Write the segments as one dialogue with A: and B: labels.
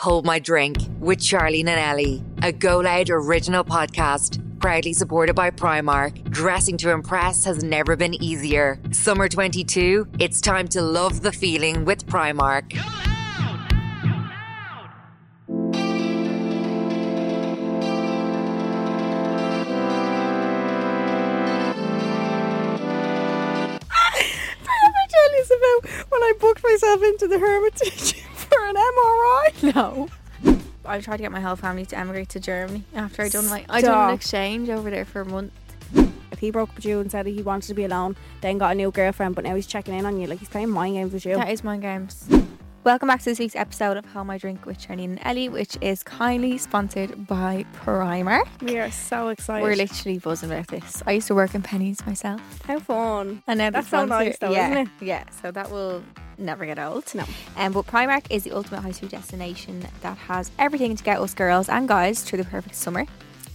A: Hold My Drink with Charlene and Ellie, a Go Loud original podcast. Proudly supported by Primark. Dressing to impress has never been easier. Summer 22, it's time to love the feeling with Primark.
B: I tell you about when I booked myself into the Hermitage for an MRI. No.
C: I tried to get my whole family to emigrate to Germany after I done like I
B: Stop.
C: done an exchange over there for a month.
B: If he broke up with you and said he wanted to be alone, then got a new girlfriend, but now he's checking in on you like he's playing mind games with you.
C: That is my games. Welcome back to this week's episode of How My Drink with Charlene and Ellie, which is kindly sponsored by Primer.
B: We are so excited.
C: We're literally buzzing about this. I used to work in pennies myself,
B: How fun.
C: and now
B: That's
C: this
B: so
C: one's
B: nice
C: here.
B: though,
C: yeah,
B: isn't it?
C: Yeah, so that will never get old.
B: No.
C: Um, but Primark is the ultimate high street destination that has everything to get us girls and guys through the perfect summer.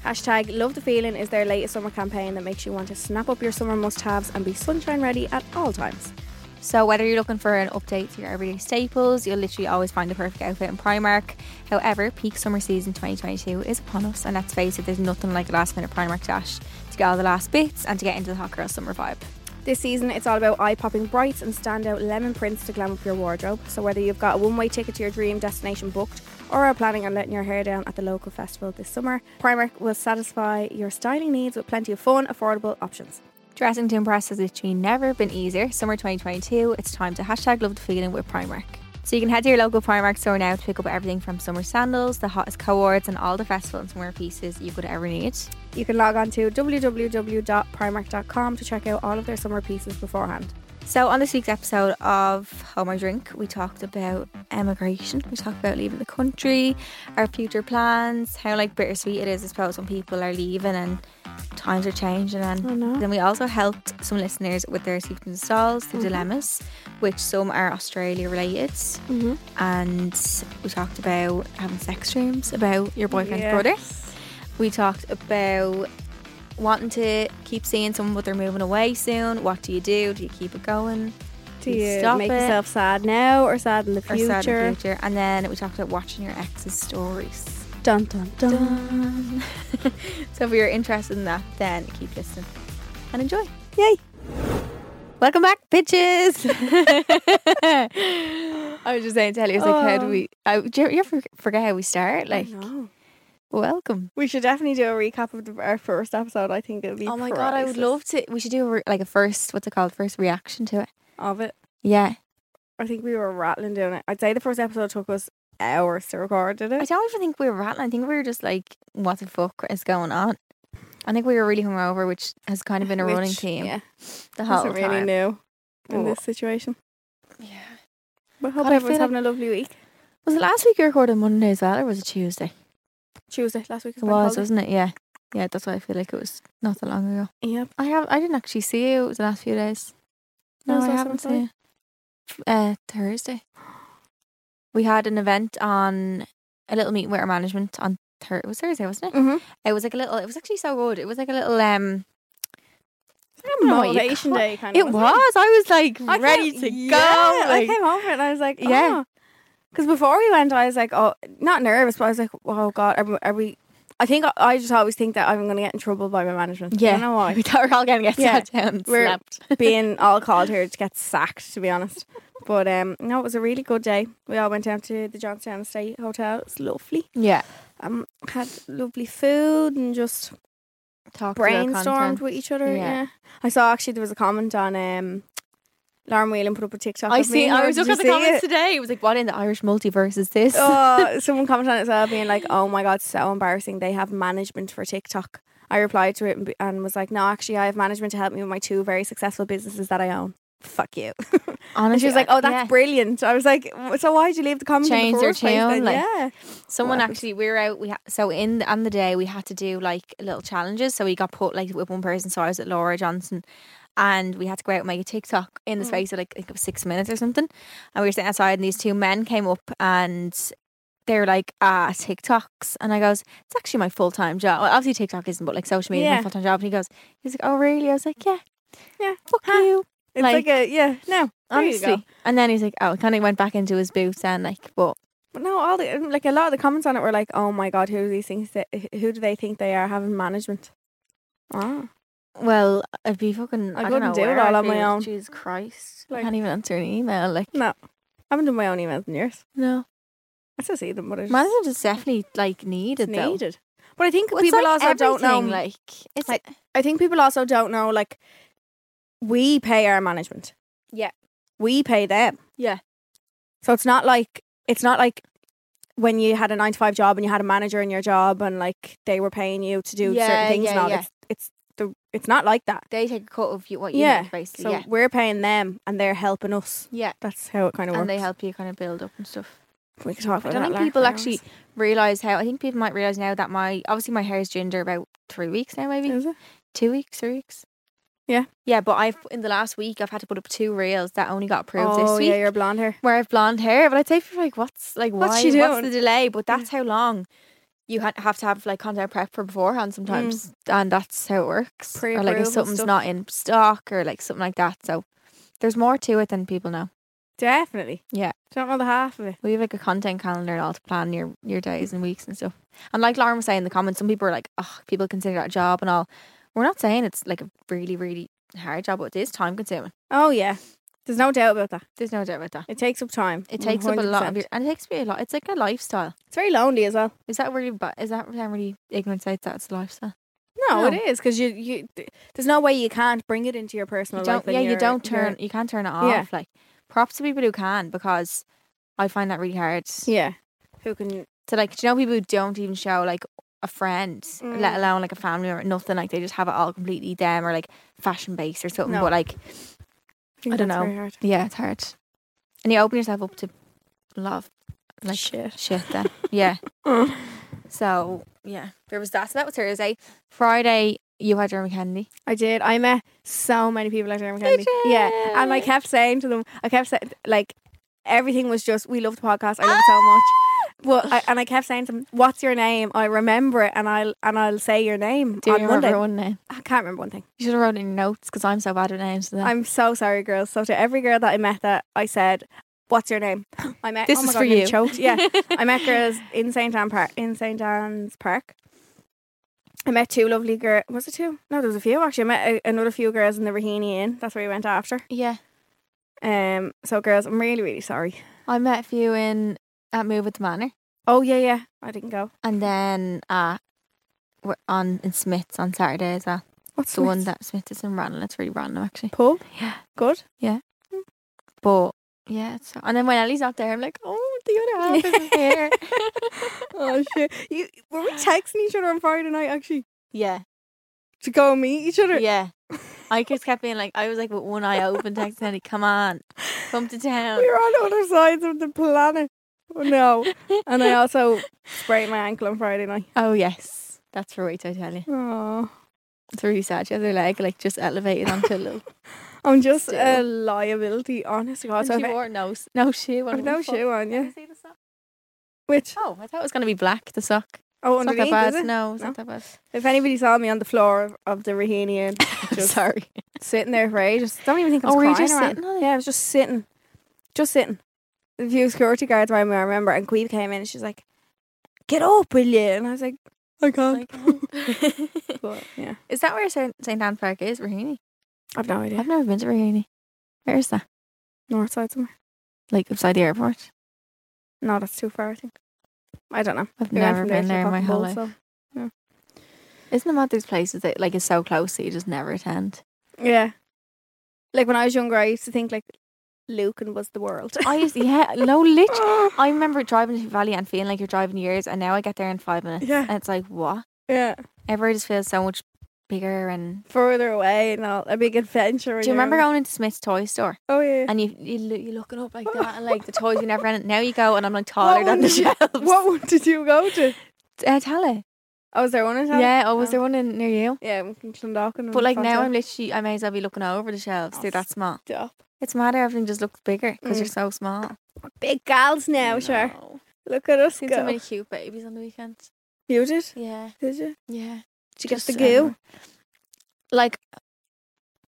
B: Hashtag Love the Feeling is their latest summer campaign that makes you want to snap up your summer must haves and be sunshine ready at all times.
C: So whether you're looking for an update to your everyday staples, you'll literally always find the perfect outfit in Primark. However, peak summer season 2022 is upon us, and let's face it, there's nothing like a last minute Primark dash to get all the last bits and to get into the hot girl summer vibe.
B: This season, it's all about eye popping brights and standout lemon prints to glam up your wardrobe. So, whether you've got a one way ticket to your dream destination booked or are planning on letting your hair down at the local festival this summer, Primark will satisfy your styling needs with plenty of fun, affordable options.
C: Dressing to impress has literally never been easier. Summer 2022, it's time to hashtag love the feeling with Primark. So you can head to your local Primark store now to pick up everything from summer sandals, the hottest cohorts, and all the festival and summer pieces you could ever need.
B: You can log on to www.primark.com to check out all of their summer pieces beforehand.
C: So on this week's episode of Home or Drink, we talked about emigration. We talked about leaving the country, our future plans, how like bittersweet it is, I suppose, when people are leaving and times are changing. And
B: I know.
C: then we also helped some listeners with their sleeps and stalls,
B: Mm-hmm.
C: the dilemmas, which some are Australia related.
B: Mhm.
C: And we talked about having sex dreams, about your boyfriend's
B: Yes.
C: brother. We talked about wanting to keep seeing someone but they're moving away soon. What do you do? Do you keep it going?
B: Do
C: you
B: you
C: stop
B: make
C: it?
B: yourself sad now or sad in the
C: Or
B: future?
C: sad in the future? And then we talked about watching your ex's stories.
B: Dun dun dun.
C: Dun. so if you're interested in that, then keep listening and enjoy.
B: Yay!
C: Welcome back, bitches. I was just saying to Ellie, I was like, how do
B: Oh.
C: we? I, do you, you ever forget how we start? Like, welcome.
B: We should definitely do a recap of the, our first episode. I think it'll be
C: Oh my god, I would
B: priceless.
C: love to. We should do a re- like a first, what's it called? First reaction to it.
B: of it.
C: Yeah.
B: I think we were rattling doing it. I'd say the first episode took us hours to record, did
C: I
B: it?
C: don't even think we were rattling. I think we were just like, what the fuck is going on? I think we were really hungover, which has kind of been a running
B: Which,
C: theme
B: Yeah,
C: the whole
B: wasn't really
C: time.
B: new in
C: Oh.
B: this situation.
C: Yeah.
B: But I hope
C: God, I
B: everyone's
C: feel like-
B: having a lovely week.
C: Was it last week you recorded Monday as well, or was it Tuesday?
B: Tuesday last week
C: It was, wasn't it? Yeah. Yeah, that's why I feel like it was not that long ago.
B: Yep.
C: I have I didn't actually see you the last few days.
B: When
C: No,
B: was
C: I
B: the last
C: haven't
B: time I saw
C: seen you. Uh Thursday. We had an event on a little meeting with our management on Thursday. It was Thursday, wasn't it?
B: Mm-hmm.
C: It was like a little it was actually so good. It was like a little um I don't know what you
B: Motivation
C: call-
B: day kind
C: It
B: of. wasn't
C: was. I was like
B: I
C: ready
B: came-
C: to
B: yeah,
C: go.
B: I
C: like-
B: came over and I was like,
C: Yeah.
B: yeah. Because before we went, I was like, oh, not nervous, but I was like, oh god, are we? Are we I think I- I just always think that I'm going to get in trouble by my management.
C: yeah.
B: I don't know why.
C: We thought we were all gonna get
B: Yeah.
C: sat down and
B: We're-
C: slapped.
B: being all called here to get sacked, to be honest. But um, no, it was a really good day. We all went down to the Johnstown Estate Hotel. It was lovely.
C: Yeah.
B: Um, had lovely food and just
C: Talk to our
B: brainstormed
C: content.
B: with each other.
C: Yeah.
B: Yeah. I saw actually there was a comment on um, Lauren Whelan put up a TikTok.
C: I
B: of me.
C: see. I
B: Or
C: was
B: did
C: looking at the
B: you see
C: comments
B: it?
C: today. It was like, what in the Irish multiverse is this?
B: oh, someone commented on it as well, being like, "Oh my god, so embarrassing." They have management for TikTok. I replied to it and, be- and was like, "No, actually, I have management to help me with my two very successful businesses that I own." Fuck you.
C: Honestly,
B: And she was like,
C: I-
B: "Oh, that's
C: yeah.
B: brilliant." I was like, "W- "So why did you leave the comment?" in
C: Change
B: the
C: their
B: first place
C: tune,
B: then?"
C: like-
B: yeah,
C: Someone
B: What?
C: actually, we were out. We ha- so in on the day we had to do like little challenges. So we got put like with one person. So I was at Laura Johnson, and we had to go out and make a TikTok in the space of like I think it was six minutes or something. And we were sitting outside, and these two men came up and. They were like, ah, TikToks. And I goes, it's actually my full time job. Well, obviously, TikTok isn't, but like social media is my
B: Yeah.
C: full time job. And he goes, he's like, oh, really? I was like, yeah,
B: yeah.
C: fuck
B: Huh.
C: you.
B: It's
C: Like-
B: like, a yeah. No, there you
C: Honestly.
B: go.
C: And then he's like, oh, kind of went back into his boots and like, but
B: But no, all the like a lot of the comments on it were like, "Oh my god, who do these things? That, who do they think they are having management?" Ah,
C: Well, I'd be fucking.
B: I
C: I,
B: couldn't
C: don't know
B: do it
C: where
B: all
C: I'd
B: on
C: be,
B: my
C: like,
B: own.
C: Jesus Christ!
B: Like-
C: I can't even answer an email. Like
B: no, I haven't done my own emails in years.
C: no,
B: I still see them, but I just
C: management is definitely like needed. though.
B: needed. But I think
C: Well, it's
B: people
C: like
B: also don't know.
C: everything, Like it's
B: like- I think people also don't know. Like, we pay our management.
C: Yeah.
B: we pay them.
C: yeah,
B: So it's not like it's not like when you had a nine to five job and you had a manager in your job and like they were paying you to do certain
C: Yeah,
B: things and
C: yeah,
B: all.
C: yeah.
B: It's it's the it's not like that.
C: they take a cut of you, what you
B: Yeah,
C: make, basically.
B: So
C: yeah,
B: we're paying them and they're helping us.
C: yeah,
B: That's how it kind of works.
C: and they help you kind of build up and stuff.
B: We could talk about
C: I don't
B: that
C: think
B: later
C: people
B: for
C: actually realize how. I think people might realize now that my obviously my hair is ginger about three weeks now,
B: hours.
C: maybe
B: Is it?
C: two weeks, three weeks.
B: Yeah.
C: yeah, but I've in the last week I've had to put up two reels that only got approved
B: Oh
C: this week.
B: yeah, your blonde hair.
C: where I have blonde hair. But I'd say people are like, what's like, why?
B: What's
C: What's,
B: she
C: the
B: doing? Mm.
C: delay? But that's how long you ha- have to have like content prep for beforehand sometimes, and that's how it works. or like
B: Pre-approve
C: if
B: and
C: something's
B: Mm. stuff.
C: not in stock or like something like that. So there's more to it than people know.
B: Definitely.
C: Yeah.
B: Don't know the half of it.
C: We have like a content calendar and all to plan your your days and weeks and stuff. And like Lauren was saying in the comments, some people are like, oh, people consider that a job and all. We're not saying it's like a really really hard job, but it is time consuming.
B: Oh yeah. There's no doubt about that.
C: There's no doubt about that.
B: It takes up time.
C: It takes up a lot of
B: 100%.
C: your, and it takes me a lot. It's like a lifestyle.
B: It's very lonely as well.
C: Is that really? But is that sound really ignorant? Side that's lifestyle.
B: No, it
C: No.
B: is because you you. th- There's no way you can't bring it into your personal
C: You
B: life.
C: don't.
B: when
C: Yeah, you
B: you're-
C: don't
B: you're-
C: turn. You can't turn it off.
B: Yeah.
C: Like props to people who can because I find that really hard.
B: Yeah. Who can?
C: To like, do you know people who don't even show like a friend,
B: Mm.
C: let alone like a family or nothing. Like they just have it all completely them or like fashion based or something.
B: No.
C: But like,
B: think
C: I don't
B: that's
C: know.
B: very hard.
C: yeah, it's hard. And you open yourself up to love, like
B: Shit. Mm.
C: Shit. Then yeah. so yeah, there was that. So that was Thursday. Friday, you had Jeremy Kennedy.
B: I did. I met so many people at Dermot Kennedy. Yeah, and I
C: you?
B: kept saying to them, I kept saying like everything was just we love the podcast. I love it so
C: Ah!
B: much. Well, I, and I kept saying to them, "What's your name? I remember it, and I'll and I'll say your name
C: Do you
B: on
C: remember
B: Monday."
C: one name?
B: I can't remember one thing.
C: You should have wrote it in your notes because I'm so bad at names. Then.
B: I'm so sorry, girls. So to every girl that I met, that I said, "What's your name?" I met.
C: This
B: oh
C: is
B: my God,
C: for
B: nearly
C: you.
B: Choked. Yeah, I met girls in St Anne Park. In St Anne's Park, I met two lovely girls. Was it two? No, there was a few actually. I met a, another few girls in the Rahini Inn. That's where we went after.
C: yeah,
B: Um. So, girls, I'm really, really sorry.
C: I met a few in at Move at the Manor,
B: Oh yeah, yeah. I didn't go.
C: and then uh, we're on in Smiths on Saturday as well.
B: What's
C: It's the one that Smith is in Ranelagh. It's really random actually,
B: pub?
C: Yeah.
B: good.
C: but yeah. it's and then when Ellie's not there, I'm like, oh, the other half isn't here.
B: oh shit! You were we texting each other on Friday night actually
C: yeah,
B: to go and meet each other?
C: yeah. I just kept being like, I was like with one eye open, texting Ellie, "Come on, come to town."
B: We were on other sides of the planet. Oh, no. And I also sprained my ankle on Friday night.
C: Oh yes, that's right. I tell you,
B: Oh,
C: it's really sad. She had her leg like just elevated onto a little.
B: I'm just a
C: Still.
B: liability, honest to God.
C: And
B: So
C: she
B: if I-
C: wore no s- no shoe on.
B: I've no shoe on, yeah.
C: see the sock?
B: Which
C: Oh, I thought it was gonna be black. The sock.
B: oh,
C: It's not
B: underneath
C: that bad.
B: is it?
C: No, it's
B: No.
C: not that bad.
B: If anybody saw me on the floor of, of the Rahini Inn, just
C: Sorry.
B: sitting there for ages, don't even think I
C: Oh,
B: was
C: were you
B: crying
C: just
B: around.
C: sitting on it?
B: Yeah, I was just sitting, just sitting. A few security guards around me. I remember, and Queeve came in, and she's like, "Get up, will you?" And I was like, "I can't." But, yeah,
C: is that where Saint Saint Anne Park is, Rahini?
B: I've no idea.
C: I've never been to Rahini. Where is that?
B: North side somewhere.
C: Like upside the airport.
B: No, that's too far. I think. I don't know.
C: I've
B: We went
C: never
B: from
C: been
B: to
C: there in my
B: Cotton
C: whole
B: Bowl,
C: life.
B: so-
C: Isn't it about these places that like is so close that you just never attend?
B: Yeah. Like when I was younger, I used to think like Lucan was the world.
C: I used yeah, no literally.
B: Oh,
C: I remember driving to Valley and feeling like you're driving years, and now I get there in five minutes,
B: Yeah.
C: and it's like what?
B: yeah,
C: Ever just feels so much bigger. And
B: further away and all a big adventure. when
C: do you
B: you're
C: remember
B: young.
C: going into Smith's toy store?
B: Oh yeah.
C: and you you lo- you're looking up like that, and like the toys you never ended. Now you go, and I'm like taller than
B: one
C: the
B: did you-
C: shelves.
B: What one did you go to?
C: Uh, Tally.
B: I was there one time.
C: Yeah. Oh, was
B: Oh.
C: there one in, near you?
B: Yeah, in Clondalkin.
C: But like now, I'm literally I may as well be looking over the shelves. They're that small.
B: stop.
C: It's mad how everything just looks bigger because you're so small.
B: Big gals now,
C: I
B: sure.
C: know.
B: Look at us
C: Seen
B: go.
C: so many cute babies on the weekend.
B: You did?
C: Yeah.
B: Did you?
C: Yeah. Did
B: you get the goo?
C: Like.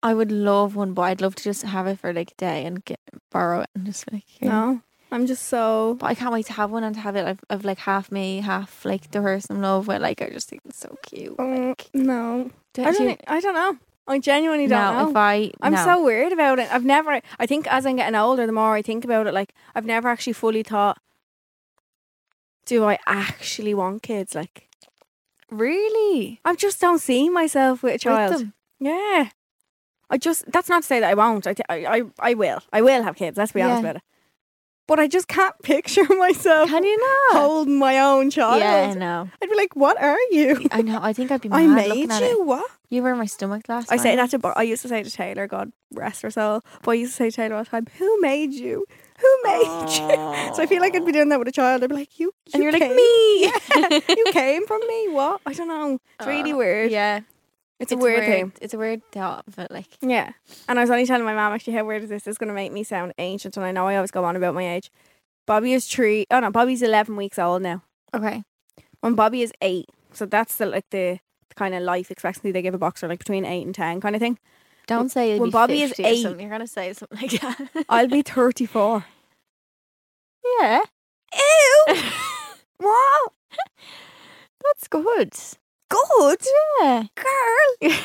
C: I would love one, but I'd love to just have it for like a day and get borrow it and just like. here.
B: No. I'm just so.
C: But I can't wait to have one and to have it of, of like half me, half like the person I'm in love with. Like I just think it's so cute.
B: Mm, no,
C: Do,
B: I
C: do
B: don't.
C: you-
B: e- I don't know. I genuinely don't
C: no,
B: know.
C: if I
B: I'm
C: no.
B: so weird about it. I've never. I think as I'm getting older, the more I think about it, like I've never actually fully thought. Do I actually want kids? Like
C: really
B: I just don't see myself with a child.
C: With them.
B: Yeah. I just that's not to say that I won't. I, thi- I, I, I will. I will have kids. Let's be honest
C: Yeah.
B: about it. But I just can't picture myself
C: Can you not?
B: holding my own child.
C: Yeah, I know.
B: I'd be like, "What are you?
C: I know. I think I'd be mad
B: I
C: looking
B: made
C: at
B: you what?"
C: it. You were in my stomach last
B: I say
C: night.
B: that to. Bo- I used to say to Taylor, "God rest her soul." But I used to say to Taylor all the time, "Who made you? Who made you?" So I feel like I'd be doing that with a child. I'd be like, "You, you
C: and you're
B: came-
C: like me.
B: you came from me. What? I don't know. It's really
C: Oh,
B: weird.
C: Yeah,
B: It's, a weird thing."
C: It's a weird thought, but like
B: Yeah. And I was only telling my mom actually how weird is this? This is gonna make me sound ancient and I know I always go on about my age. Bobby is three oh no, Bobby's eleven weeks old now.
C: okay,
B: When Bobby is eight. So that's the like the kind of life expectancy they give a boxer, like between eight and ten kind of thing.
C: don't say it'd
B: when
C: be
B: Bobby is
C: 50 or
B: eight-
C: something, You're gonna say something like that.
B: I'll be thirty four.
C: yeah.
B: Ew
C: wow, that's good.
B: good
C: Yeah.
B: girl.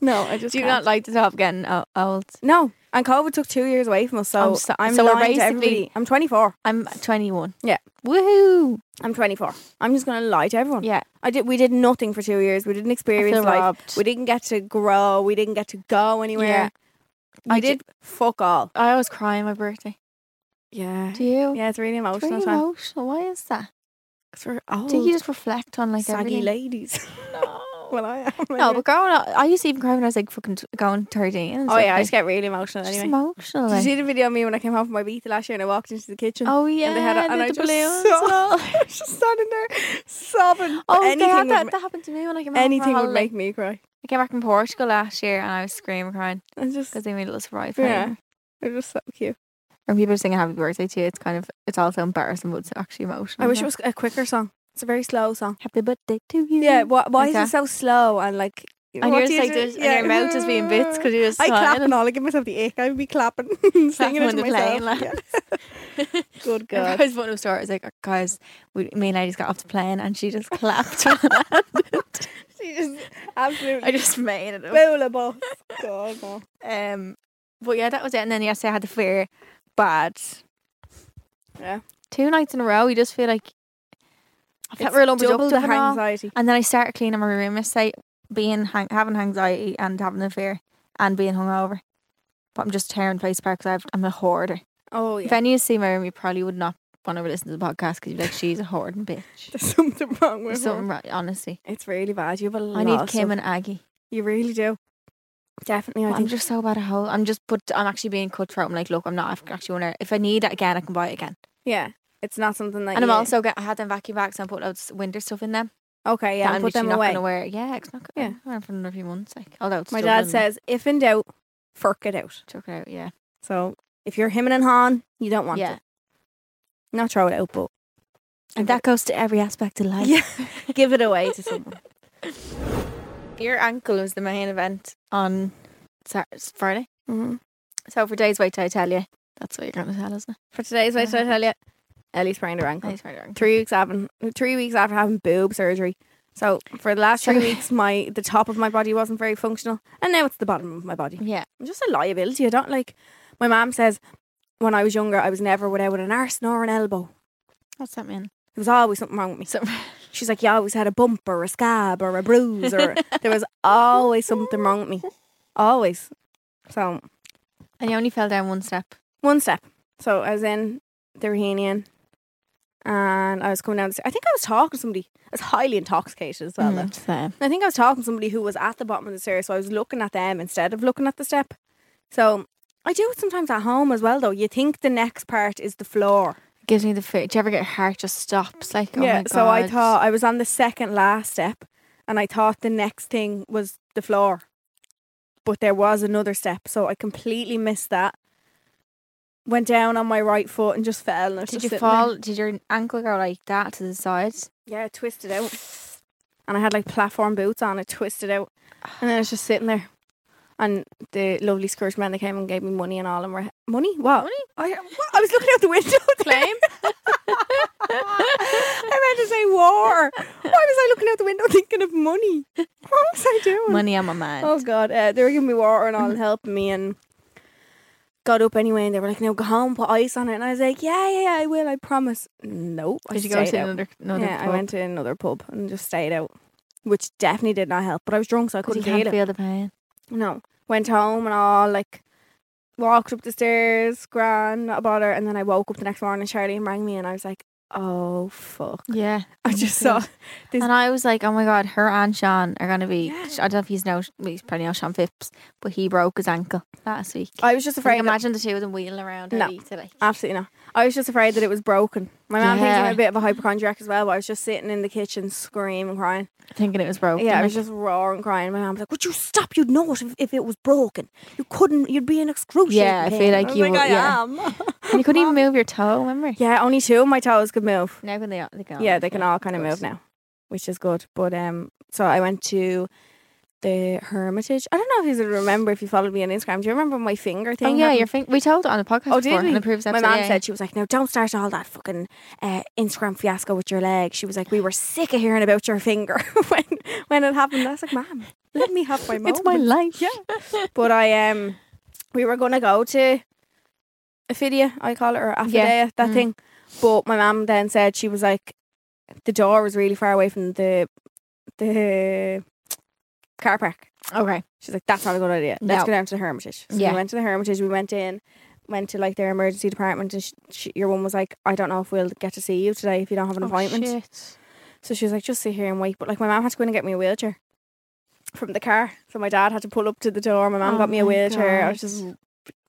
B: no, I just
C: Do you
B: can't.
C: not like the top getting o- old?
B: No. And COVID took two years away from us, so I'm,
C: I'm so-
B: so
C: so we're
B: lying to
C: basically-
B: everybody. I'm twenty four.
C: I'm 21.
B: Yeah.
C: Woohoo!
B: I'm twenty four. I'm just gonna lie to everyone.
C: Yeah.
B: I did. We did nothing for two years. We didn't experience life.
C: robbed.
B: We didn't get to grow. We didn't get to go anywhere.
C: Yeah.
B: We
C: I ju-
B: did fuck all.
C: I always cry on my birthday.
B: Yeah.
C: Do you?
B: Yeah, it's really
C: It's
B: emotional
C: really
B: time.
C: emotional. Why is that?
B: For old,
C: Do you just reflect on like
B: saggy
C: everything?
B: ladies.
C: No.
B: well, I am.
C: no,
B: anyway.
C: but growing up, I used to even cry when I was like fucking t- going 13. And
B: oh
C: stuff,
B: yeah, I
C: like,
B: just get really emotional
C: just
B: anyway.
C: emotional.
B: Did you
C: like-
B: see the video of me when I came home from my Ibiza last year and I walked into the kitchen?
C: Oh yeah,
B: and they had a, and
C: the
B: I just
C: balloons
B: sobbed.
C: and all.
B: I was just standing there sobbing. But
C: Oh, they
B: anything
C: had
B: would
C: that.
B: ma-
C: That happened to me when I came back
B: anything
C: from
B: would
C: holiday.
B: make me cry.
C: I came back from Portugal last year and I was screaming crying
B: I just,
C: because they made a little surprise party.
B: yeah, they're just so cute.
C: And people are singing "Happy Birthday" to you. It's kind of it's also embarrassing, but it's actually emotional.
B: I wish it
C: as well.
B: was a quicker song. It's a very slow song.
C: "Happy Birthday" to you.
B: Yeah, why, why
C: Like
B: is it so slow and like?
C: And
B: what
C: you're
B: do
C: just
B: you
C: like
B: do?
C: this, and your mouth is being bits because you're just
B: I clap
C: smiling. Oh,
B: and all. I give myself the ick. I would be clapping, singing it to
C: when they're playing,
B: myself. Yeah. Good
C: I
B: God.
C: was one of the stories like, "Oh, guys, we, me and I just got off the plane and she just clapped. when it happened.
B: she just absolutely
C: I just made it up.
B: bowl of balls. God, no.
C: Um, but yeah, that was it. And then yesterday I had the fear bad.
B: Yeah.
C: Two nights in a row, you just feel like I felt
B: It's
C: real unproductive
B: double the
C: and all.
B: anxiety.
C: And then I started cleaning my room. I say being hang- having anxiety and having the fear and being hungover. But I'm just tearing the place apart because I'm a hoarder.
B: Oh
C: If
B: yeah,
C: any of you see my room, you probably would not want to listen to the podcast because you'd be like, she's a hoarding bitch.
B: there's something wrong
C: There's
B: with
C: something
B: her.
C: wrong, honestly.
B: It's really bad. You have a lot.
C: I need
B: of
C: Kim
B: stuff.
C: and Aggie.
B: You really do. Definitely, I
C: I'm
B: think.
C: just so bad at whole. I'm just, but I'm actually being cutthroat. I'm like, look, I'm not actually want to. If I need it again, I can buy it again.
B: yeah, it's not something that.
C: And I'm
B: you-
C: also get, I had them vacuum bags and I put loads of winter stuff in them.
B: okay. Yeah, and
C: that I'm
B: put them
C: literally not
B: away.
C: Gonna wear. Yeah, it's not
B: Yeah.
C: gonna yeah. for another few months. Like, although it's
B: My
C: Dublin,
B: dad says, if in doubt, fork it out.
C: took it out. Yeah,
B: So if you're him and Han, you don't want
C: yeah,
B: it. Not throw it out, but
C: and that goes to every aspect of life.
B: Yeah. give it away to someone.
C: your ankle was the main event on Sat- Friday.
B: Mhm.
C: So for days, wait till I tell you. That's what you're gonna tell, isn't it?
B: For today's wait, should I tell you? Ellie's sprained her ankle.
C: Days for your ankle.
B: Three weeks having three weeks after having boob surgery. So for the last three
C: So-
B: weeks, my the top of my body wasn't very functional, and now it's the bottom of my body.
C: Yeah,
B: I'm just a liability. I don't like. My mom says when I was younger, I was never without an arse nor an elbow.
C: what's that mean?
B: There was always something wrong with me.
C: So,
B: She's like, you always had a bump or a scab or a bruise, or there was always something wrong with me, always. So
C: and you only fell down one step.
B: one step. So I was in the Rahanian and I was coming down the stairs. I think I was talking to somebody. I was highly intoxicated as well. though.
C: Mm, so-
B: I think I was talking to somebody who was at the bottom of the stairs, so I was looking at them instead of looking at the step. So I do it sometimes at home as well, though. You think the next part is the floor.
C: It gives me the fear. Do you ever get your heart just stops? Like, oh my God.
B: So I thought I was on the second last step and I thought the next thing was the floor. But there was another step, so I completely missed that. Went down on my right foot and just fell. And I was
C: Did
B: just
C: you
B: sitting there.
C: fall? Did your ankle go like that to the sides?
B: Yeah, it twisted out. And I had like platform boots on, it twisted out. And then I was just sitting there. And the lovely Scourge men that came and gave me money and all, and were money. What? Money? I, what? I was looking out the window. Claim. I meant to say war. Why was I looking out the window thinking of money? What was I doing?
C: Money on my mind.
B: Oh god, uh, they were giving me water and all and helping me and got up anyway and they were like, No, go home, put ice on it and I was like, Yeah, yeah, yeah, I will, I promise. No. I
C: Did you go
B: stayed
C: to
B: out.
C: another, another
B: Yeah, I
C: pub?
B: went to another pub and just stayed out. Which definitely did not help. But I was drunk so I
C: But you
B: couldn't
C: can't
B: feel it.
C: feel the pain.
B: No. Went home and all like walked up the stairs, grand, not a bother, and then I woke up the next morning Charlie rang me and I was like, Oh fuck.
C: Yeah.
B: I just saw this
C: And I was like, oh my God, her and Sean are going to be.
B: Yeah.
C: I don't know if he's know, well, he's probably know Sean Phipps, but he broke his ankle last week.
B: I was just
C: Like,
B: afraid that-
C: imagine the two of them wheeling around.
B: No.
C: No. To like,
B: Absolutely not. I was just afraid that it was broken. My mom thinks I'm
C: Yeah.
B: a bit of a hypochondriac as well, but I was just sitting in the kitchen screaming, crying.
C: thinking it was broken.
B: Yeah, I
C: like,
B: was just roaring, crying. My mom was like, Would you stop? You'd know it if, if it was broken. You couldn't, you'd be in excruciating
C: Yeah, I feel
B: pain."
C: like
B: was
C: you would- yeah.
B: am.
C: and you couldn't even move your toe, remember?
B: yeah, only two of my toes could move.
C: Now can they, they can all
B: yeah,
C: move,
B: they can all kind of
C: good.
B: move now, which is good. But um, so I went to the Hermitage. I don't know if you remember if you followed me on Instagram. Do you remember my finger thing?
C: Oh, yeah,
B: happened?
C: your finger. We told it on the podcast.
B: Oh,
C: before,
B: did we?
C: On the previous
B: My
C: episode,
B: mom
C: yeah.
B: said she was like, "No, don't start all that fucking uh, Instagram fiasco with your leg." She was like, "We were sick of hearing about your finger when when it happened." I was like, "Mom, let me have my moment."
C: it's my life. Yeah.
B: but I um, we were gonna go to Ophidia, I call it, or Aphidia,
C: Yeah.
B: that
C: Mm.
B: thing. But my mom then said she was like, the door was really far away from the the car park.
C: Okay.
B: She's like, that's not a good idea. Let's
C: No.
B: go down to the Hermitage. So
C: Yeah.
B: we went to the Hermitage. We went in, went to like their emergency department. And sh sh your one was like, I don't know if we'll get to see you today if you don't
C: Oh,
B: have an appointment. So she was like, just sit here and wait. But like, my mom had to go in and get me a wheelchair from the car. So my dad had to pull up to the door. My mom
C: Oh
B: got me a
C: my
B: wheelchair. I
C: God.
B: was just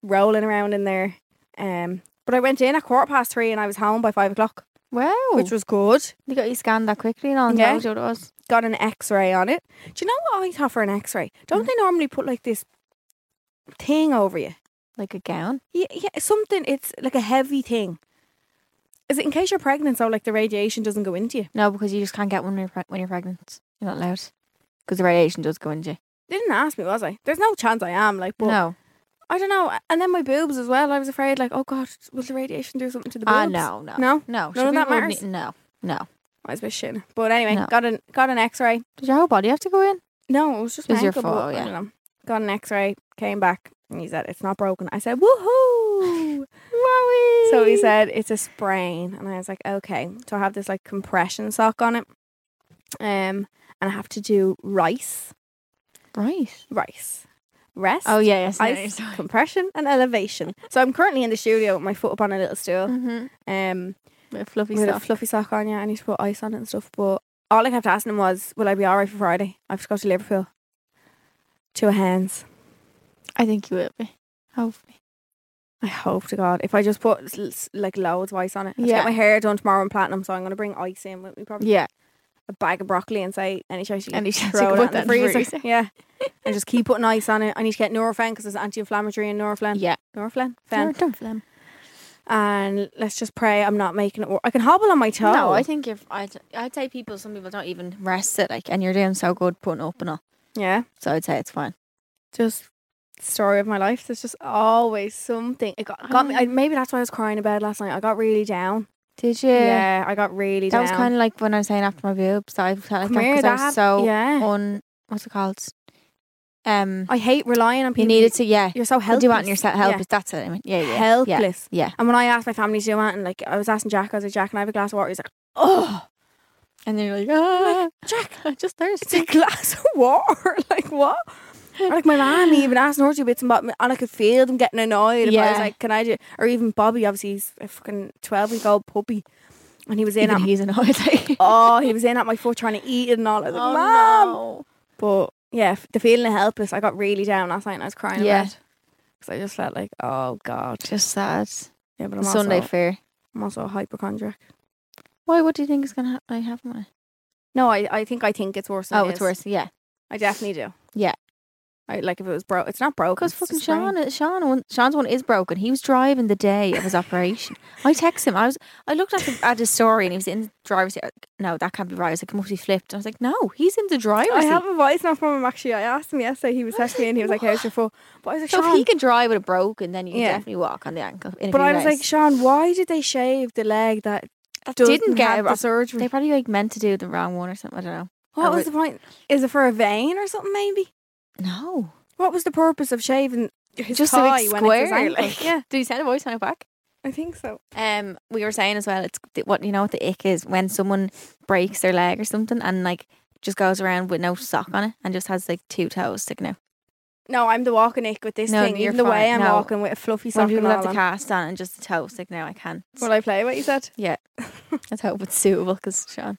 B: rolling around in there. Um, but I went in at quarter past three and I was home by five o'clock,
C: Wow.
B: which was good.
C: you got you scanned that quickly and all and
B: Yeah.
C: told you what it was.
B: got an x-ray on it. Do you know what I thought for an x-ray?
C: Mm.
B: Don't they normally put like this thing over you?
C: Like a gown.
B: Yeah, yeah, something. It's like a heavy thing. Is it in case you're pregnant so like the radiation doesn't go into you?
C: No, because you just can't get one when you're, preg- when you're pregnant. You're not allowed. Because the radiation does go into you.
B: They didn't ask me, was I? There's no chance I am. Like, but
C: no.
B: I don't know. And then my boobs as well. I was afraid, like, oh god, will the radiation do something to the boobs?
C: Ah, no, no.
B: No?
C: No.
B: None of that
C: people would
B: matters?
C: need- no. No.
B: I was a bit shitting. But anyway,
C: No.
B: got an got an X-ray.
C: Did your whole body have to go in?
B: No, it was just
C: It
B: my
C: was your
B: ankle. but
C: fault,
B: I
C: yeah.
B: don't know. Got an X-ray. Came back and he said it's not broken. I said woohoo.
C: Wowie.
B: So he said it's a sprain, and I was like, okay. So I have this like compression sock on it, um, and I have to do rice,
C: Right.
B: rice, rest,
C: Oh, yeah, yes.
B: ice, compression, and elevation. So I'm currently in the studio with my foot up on a little stool,
C: Mm-hmm.
B: um,
C: fluffy
B: with a
C: stuff.
B: fluffy sock on. Yeah, I need to put ice on it and stuff. But all I kept asking him was, will I be all right for Friday? I've just got to Liverpool. Two hands.
C: I think you would be. Hopefully.
B: I hope to God if I just put s- s- like loads of ice on it. I have to
C: Yeah.
B: get my hair done tomorrow in platinum, so I'm gonna bring ice in with me probably.
C: Yeah.
B: a bag of broccoli and say any chance you can
C: Any chance you
B: throw
C: can
B: it
C: put
B: in the
C: that in
B: freezer.
C: the freezer.
B: Yeah, and just keep putting ice on it. I need to get Nurofen because it's anti-inflammatory in Norflen.
C: Yeah.
B: Norflen,
C: You're
B: Fen.
C: done for them.
B: And let's just pray I'm not making it. Wor- I can hobble on my toe.
C: No, I think if I'd, I'd say people, some people don't even rest it, like, and you're doing so good putting up and all.
B: yeah,
C: So I'd say it's fine.
B: just story of my life. There's just always something. It got, got me. I, maybe that's why I was crying in bed last night. I got really down.
C: Did you?
B: Yeah, I got really
C: That
B: down.
C: was kind of like when I was saying after my boobs that I felt like
B: Come here,
C: that 'cause I
B: that-
C: was so
B: yeah.
C: on what's it called? Um,
B: I hate relying on people.
C: you needed to yeah.
B: You're so
C: You
B: helpless.
C: do want yourself
B: Yeah.
C: helpless. That's it. I mean, yeah, yeah, yeah.
B: helpless.
C: yeah.
B: And when I asked my family to do that, and like I was asking Jack, I was like, Jack, can I have a glass of water? He's like, oh,
C: And then you're like, ah,
B: Jack,
C: I'm just
B: it's
C: thirsty.
B: a glass of water. like what? Or, like my mom even asked her to bits and bobs, and I could feel them getting annoyed. If I was
C: Yeah.
B: like, can I do? Or even Bobby, obviously he's a fucking twelve week old puppy, and he was in
C: Even
B: at
C: he's annoyed. Like,
B: oh he was in at my foot trying to eat it and all. I was like,
C: Oh,
B: mom.
C: no.
B: But yeah, f- the feeling of helpless, I got really down last night, and I was crying.
C: Yeah.
B: Yeah, because I just felt like, oh god.
C: just sad.
B: Yeah, but I'm
C: Sunday
B: also
C: fair.
B: I'm also a hypochondriac.
C: Why? What do you think is gonna ha- like happen? when I-
B: No, I, I think I think it's worse. Than
C: Oh,
B: it
C: it's
B: is.
C: worse. Yeah,
B: I definitely do.
C: Yeah.
B: I, like if it was broke, it's not broke.
C: Because fucking Sean, Sean, one, Sean's one is broken. He was driving the day of his operation. I texted him. I was, I looked at, the, at his story and he was in the driver's seat. I was like, No, that can't be right. I was like, it must be flipped. And I was like, no, he's in the driver's
B: I
C: seat.
B: have a voice note from him actually. I asked him yesterday. He was texting me and he was like, "How's your foot?" But I was like,
C: so if
B: "Sean,"
C: he can drive with a broken, then you can
B: Yeah.
C: definitely walk on the ankle. In a
B: but
C: few
B: I was
C: days.
B: like, "Sean, why did they shave the leg that
C: that
B: doesn't
C: didn't get
B: have
C: it
B: the
C: wrong.
B: surgery?"
C: They probably like meant to do the wrong one or something. I don't know.
B: what
C: I
B: was the point? Is it for a vein or something? Maybe.
C: No,
B: What was the purpose of shaving his
C: just a
B: thigh
C: big
B: when it's his
C: square.
B: ankle?
C: Like,
B: yeah,
C: Did he send a voice on it back?
B: I think so.
C: Um, we were saying as well. It's th- what you know what the ick is when someone breaks their leg or something and like just goes around with no sock on it and just has like two toes sticking out.
B: No, I'm the walking ick with this
C: No,
B: thing.
C: you're
B: Even the way
C: fine.
B: I'm
C: No.
B: walking with a fluffy sock
C: Some
B: and
C: people have
B: all
C: the
B: on.
C: cast on and just the toe sticking out. I can't.
B: Will I play what you said?
C: yeah, let's hope it's suitable because Sean.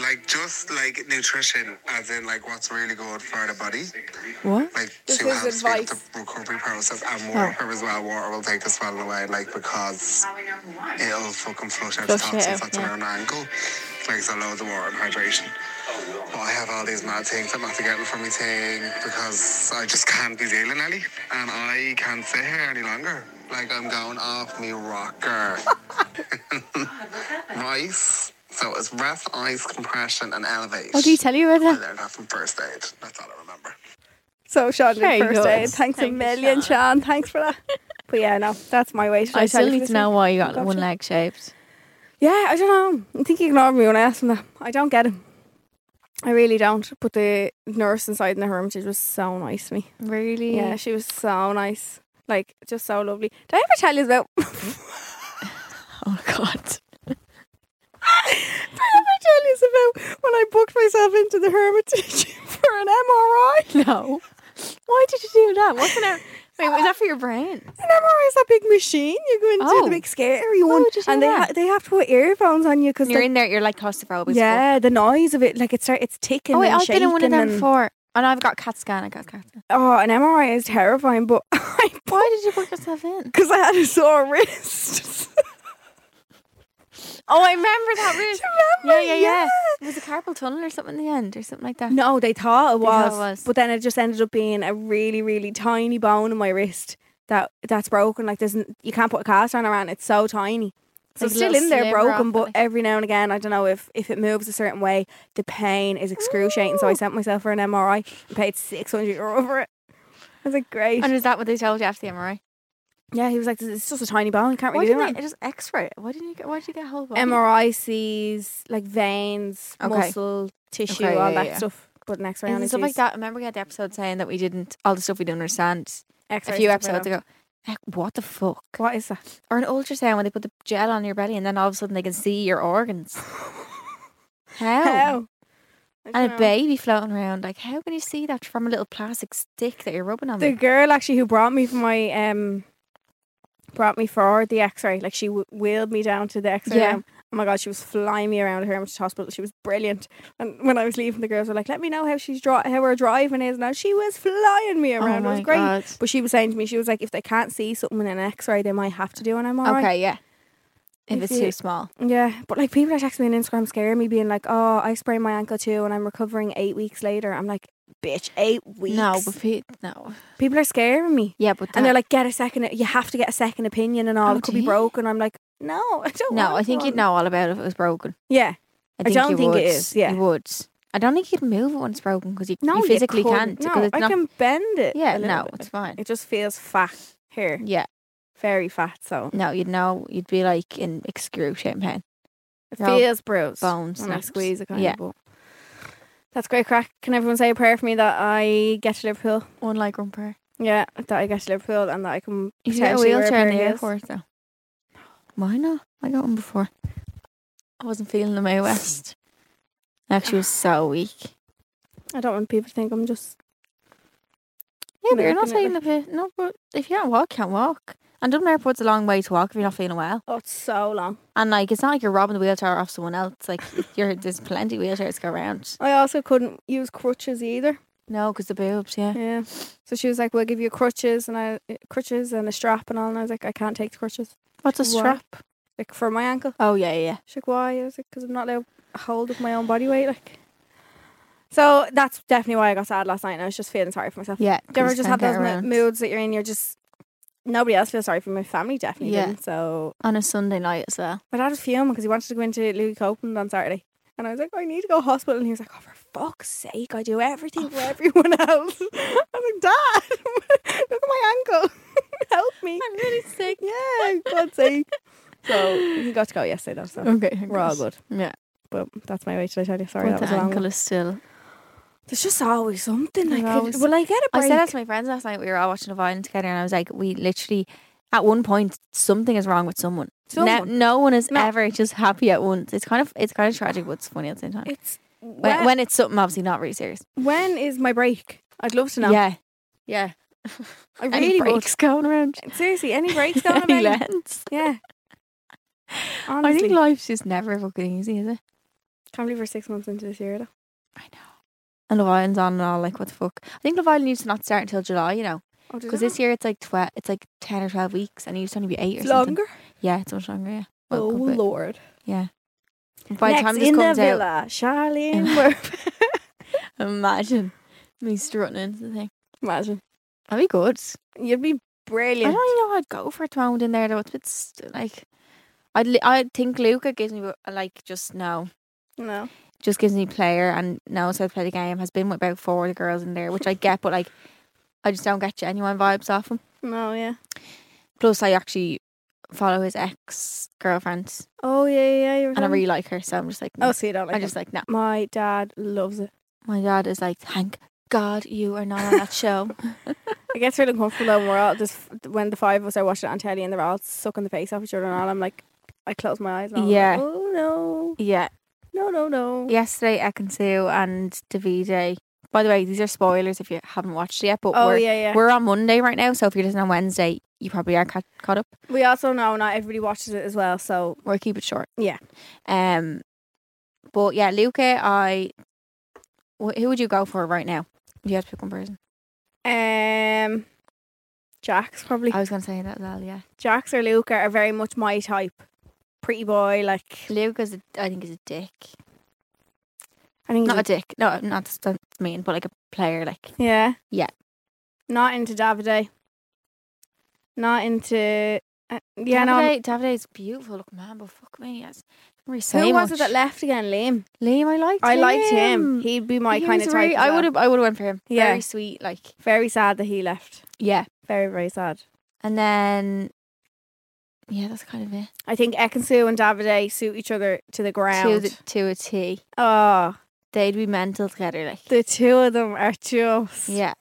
D: Like just like nutrition, as in like what's really good for the body,
C: What?
D: like
B: This
D: to
B: is
D: help speed up
B: advice.
D: the recovery process and water as well. Water will take the swelling away, like because it'll fucking flush out the
C: Flush it
D: toxins
C: out,
D: that's
C: yeah.
D: around the ankle. Like so loads of water and hydration. But I have all these mad things I'm not getting from me thing because I just can't be dealing any, and I can't sit here any longer. Like I'm going off me rocker. Rice. So it's breath, ice, compression, and elevate.
C: Oh, do you tell you about
D: I
C: that?
D: learned that from first aid. That's all I remember.
B: So Sean did
C: Very
B: first
C: good.
B: aid. Thanks
C: Thank
B: a
C: you,
B: million, Sean. Thanks for that. But yeah, no, that's my way. Should I,
C: I
B: tell
C: still
B: you for
C: need
B: this
C: to know
B: one?
C: why you
B: Gotcha.
C: got one leg shaped.
B: Yeah, I don't know. I think he ignored me when I asked him that. I don't get him. I really don't. But the nurse inside in the room, she was so nice to me.
C: Really?
B: Yeah, she was so nice. Like, just so lovely. Did I ever tell you about. Did
C: Oh God.
B: I ever tell you about when I booked myself into the Hermitage for an MRI?
C: No. Why did you do that? What's an hour? Wait, was that for your brain?
B: An MRI is that big machine you go into,
C: Oh.
B: the big scary
C: Oh,
B: one,
C: did you
B: and
C: know
B: they ha-
C: that?
B: they have to put earphones on you because
C: You're in there. You're like claustrophobic. as fuck.
B: yeah, the noise of it, like it start, it's ticking.
C: Oh wait,
B: and
C: I've been in one
B: shaking
C: of them
B: and-
C: before, and I've got CAT scan. I got CAT scan.
B: Oh, an MRI is terrifying, but I
C: Why did you book yourself in?
B: because I had a sore wrist.
C: Oh, I remember that. Really.
B: you remember?
C: Yeah, yeah, yeah, It was a carpal tunnel or something in the end, or something like that.
B: No, they thought it
C: They thought
B: was,
C: it was.
B: but then it just ended up being a really, really tiny bone in my wrist that that's broken. Like there's n- you can't put a cast on around. it, It's so tiny. So
C: Like
B: it's
C: a
B: still
C: little
B: in there
C: sliver off
B: broken,
C: it,
B: but
C: like-
B: every now and again, I don't know if if it moves a certain way, the pain is excruciating. So I sent myself for an MRI and paid six hundred euro for it. I was like, great.
C: And is that what they told you after the MRI?
B: yeah, he was like, it's just a tiny bone. You can't
C: Why
B: really do
C: didn't
B: it.
C: they just X-ray it? Why didn't you get? Why did you get a whole body?
B: MRI sees like veins,
C: Okay.
B: muscle, tissue,
C: Okay,
B: all
C: yeah,
B: that
C: yeah.
B: stuff. But an X-ray only
C: and stuff like
B: sees
C: that. Remember we had the episode saying that we didn't all the stuff we didn't understand a
B: X-rays
C: few
B: and stuff like that.
C: episodes ago. Heck, what the fuck?
B: What is that?
C: Or an ultrasound when they put the gel on your belly and then all of a sudden they can see your organs. How?
B: How?
C: And Oh. a baby floating around. Like, how can you see that from a little plastic stick that you're rubbing on?
B: The
C: me?
B: girl actually who brought me for my um brought me for the X-ray. Like she w- wheeled me down to the X-ray
C: Yeah.
B: room. Oh my god, she was flying me around her to hospital. She was brilliant. And when I was leaving, the girls were like, "Let me know how she's dri- how her driving is now." She was flying me around. it was
C: Oh my
B: great.
C: God.
B: But she was saying to me, she was like, "If they can't see something in an X-ray, they might have to do an MRI."
C: Okay, yeah. If
B: If
C: it's
B: you-
C: too small.
B: Yeah, but like people are texting me on Instagram, scaring me, being like, "Oh, I sprained my ankle too, and I'm recovering eight weeks later." I'm like, "Bitch, eight weeks."
C: No, but pe- no.
B: people are scaring me.
C: Yeah, but
B: and they're
C: that-
B: like, "Get a second. You have to get a second opinion and all.
C: Oh,
B: it could
C: do
B: be
C: you?
B: broken." I'm like, "No, I don't."
C: no.
B: want
C: I think you'd
B: one."
C: know all about it if it was broken.
B: Yeah, I don't
C: you
B: think it
C: would.
B: is, yeah.
C: you would. I don't think you'd move it when it's broken because you,
B: no,
C: you physically
B: couldn't.
C: can't. 'cause
B: No,
C: it's
B: I
C: not,
B: can bend it. a
C: yeah,
B: little
C: no,
B: bit.
C: it's fine.
B: It just feels fat here,
C: Yeah,
B: very fat. So
C: no, you'd know. You'd be like in excruciating pain.
B: it
C: Your whole
B: feels bruised.
C: bone
B: when I
C: snaps.
B: squeeze it, kind
C: Yeah.
B: of. But that's great crack. Can everyone say a prayer for me that I get to Liverpool?
C: One leg romper.
B: Yeah, that I get to Liverpool and that I can
C: You should get a
B: potentially wear
C: wheelchair
B: pair
C: in the
B: of heels.
C: airport though. Why not? I got one before. I wasn't feeling the May West. I Actually, was so weak.
B: I don't want people to think I'm just.
C: Yeah, but you're not
B: Looking
C: taking
B: at
C: the piss. No, but if you can't walk, you can't walk. And Dublin Airport's a long way to walk if you're not feeling well.
B: Oh, it's so long.
C: And like, it's not like you're robbing the wheelchair off someone else. Like, you're there's plenty of wheelchairs to go around.
B: I also couldn't use crutches either.
C: No, because the boobs, yeah.
B: Yeah. So she was like, "We'll give you crutches and I crutches and a strap and all." And I was like, "I can't take the crutches,
C: What's a
B: What?
C: strap?
B: like for my ankle."
C: Oh yeah, yeah.
B: She's like, "Why?" I was like, "Cause I'm not allowed to hold of my own body weight." Like, So that's definitely why I got sad last night and I was just feeling sorry for myself.
C: Yeah.
B: Do you ever
C: you
B: just have
C: can't
B: those
C: get
B: mo-
C: around.
B: moods that you're in? You're just nobody else feels sorry for me. my family definitely
C: Yeah.
B: didn't. So
C: on a Sunday night as well.
B: my dad was fuming because he wanted to go into Louis Copeland on Saturday, and I was like, oh, I need to go to hospital, and he was like, oh, for fuck's sake, I do everything
C: Oh.
B: for everyone else. I was like, Dad, look at my ankle, help me.
C: I'm really sick.
B: Yeah, God's sake. So he got to go yesterday though, so
C: Okay,
B: we're all good.
C: Yeah,
B: But that's my way. Did I tell you? Sorry,
C: but
B: that was
C: the
B: a long.
C: ankle
B: one.
C: is still.
B: There's just always something. I
C: There's
B: could,
C: always-
B: will I get a break?
C: I said that to my friends last night. We were all watching Vine together, and I was like, we literally, at one point, something is wrong with someone. Ne-
B: Someone.
C: no one is
B: No.
C: ever just happy at once. It's kind of, it's kind of tragic, but it's funny at the same time.
B: it's
C: When, when it's something obviously not really serious.
B: when is my break? I'd love to know.
C: Yeah, yeah.
B: I
C: Any
B: really would.
C: breaks going around?
B: Seriously, any breaks going on?
C: Any
B: Megan?
C: lens?
B: Yeah.
C: I
B: Honestly,
C: think life's just never fucking easy, is it?
B: can't believe we're six months into this year though.
C: I know. And Love Island's on and all like what the fuck. I think Love Island needs to not start until July, you know,
B: Oh, did
C: because
B: it
C: this year it's like tw- it's like ten or twelve weeks, and it used to only be eight or
B: not-
C: something.
B: longer.
C: Yeah, it's much longer. Yeah.
B: oh
C: Welcome, but-
B: lord!
C: Yeah. By
B: Next
C: the time this
B: in
C: comes
B: the
C: out,
B: villa, Charlene. Murphy.
C: imagine me strutting into the thing.
B: Imagine
C: That'd be good.
B: you'd be
C: I
B: brilliant.
C: don't even know how I'd go for a round in there though. It's a bit st- like I'd li- I think Luca gives me a- like just no,
B: No,
C: just gives me player and knows how to play the game. Has been with about four of the girls in there, which I get, but like I just don't get genuine vibes off him.
B: no, yeah.
C: Plus, I actually follow his ex girlfriend
B: Oh yeah, yeah. yeah, You were
C: and I
B: telling
C: really like her, so I'm just like,
B: me.
C: no.
B: oh, so you don't like.
C: I'm just like, no.
B: them. my dad loves it.
C: My dad is like, thank God you are not on that show.
B: It gets really uncomfortable when we're all just when the five of us are watching it on telly and they're all sucking the face off each other and all. I'm like, I close my eyes. And I'm
C: Yeah.
B: Like, oh no,
C: yeah.
B: no, no, no.
C: yesterday Ekansu and Davide. By the way, these are spoilers if you haven't watched it yet, but
B: Oh
C: we're,
B: yeah, yeah.
C: we're on Monday right now, so if you're listening on Wednesday, you probably are ca- caught up.
B: We also know not everybody watches it as well, so
C: We'll keep it short.
B: Yeah.
C: Um. But yeah, Luca, I. wh- Who would you go for right now? If you had to pick one person.
B: um, Jax probably.
C: I was going to say that as well, yeah.
B: Jax or Luca are very much my type. Pretty boy, like
C: Luca's, a, I think, is a dick.
B: I think.
C: Not a
B: he's
C: dick. No, not that's- that's mean, but like a player. Like,
B: a- yeah,
C: Yeah.
B: Not into Davide. Not into. Uh, yeah,
C: Davide, Davide's a beautiful looking man, but fuck me, yes. Who
B: no. Who was it that left again? Liam.
C: Liam, I liked.
B: I liked him. He'd be my
C: He
B: kind
C: was
B: of
C: very-
B: type. as
C: I
B: well.
C: would have. I would have went for him.
B: Yeah.
C: Very sweet. Like
B: Very sad that he left.
C: yeah.
B: Very very sad.
C: And then yeah, that's kind of it.
B: I think Ekansu and Davide suit each other to the
C: To
B: ground.
C: the, to a T,
B: oh,
C: they'd be mental together. Like
B: the two of them are just
C: yeah.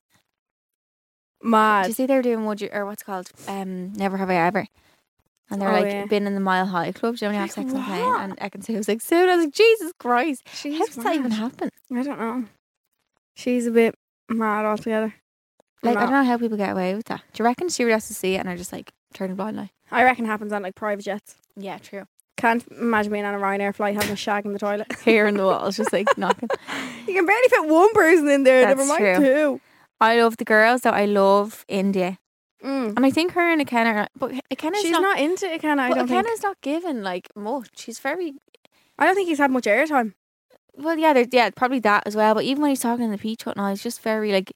C: Do
B: mad.
C: you see they were doing would you or what's it called um Never Have I Ever. And they're
B: Oh,
C: like
B: yeah.
C: been in the Mile High Club. Do you only have
B: Like,
C: sex and play?
B: what?
C: And I can see was like, soon. I was like, Jesus Christ,
B: She's
C: how does that even
B: mad.
C: happen?
B: I don't know. She's a bit mad altogether. I'm
C: Like, I
B: not-
C: don't know how people get away with that. Do you reckon stewardesses see it and are just like turning blind eye?
B: I reckon happens on like private jets.
C: Yeah, true.
B: Can't imagine being on a Ryanair flight having a shag in the toilet.
C: Hair in the walls, just like knocking.
B: you can barely fit one person in there.
C: That's
B: never mind
C: I love the girls though. I love India,
B: two. Mm.
C: and I think her and Akena, are, but Akena's
B: She's
C: not.
B: not, into it, can I? I
C: but
B: don't think.
C: Akena's not given like much. She's very
B: I don't think he's had much airtime.
C: well. Yeah, there- yeah, probably that as well. But even when he's talking in the peach now, he's just very like.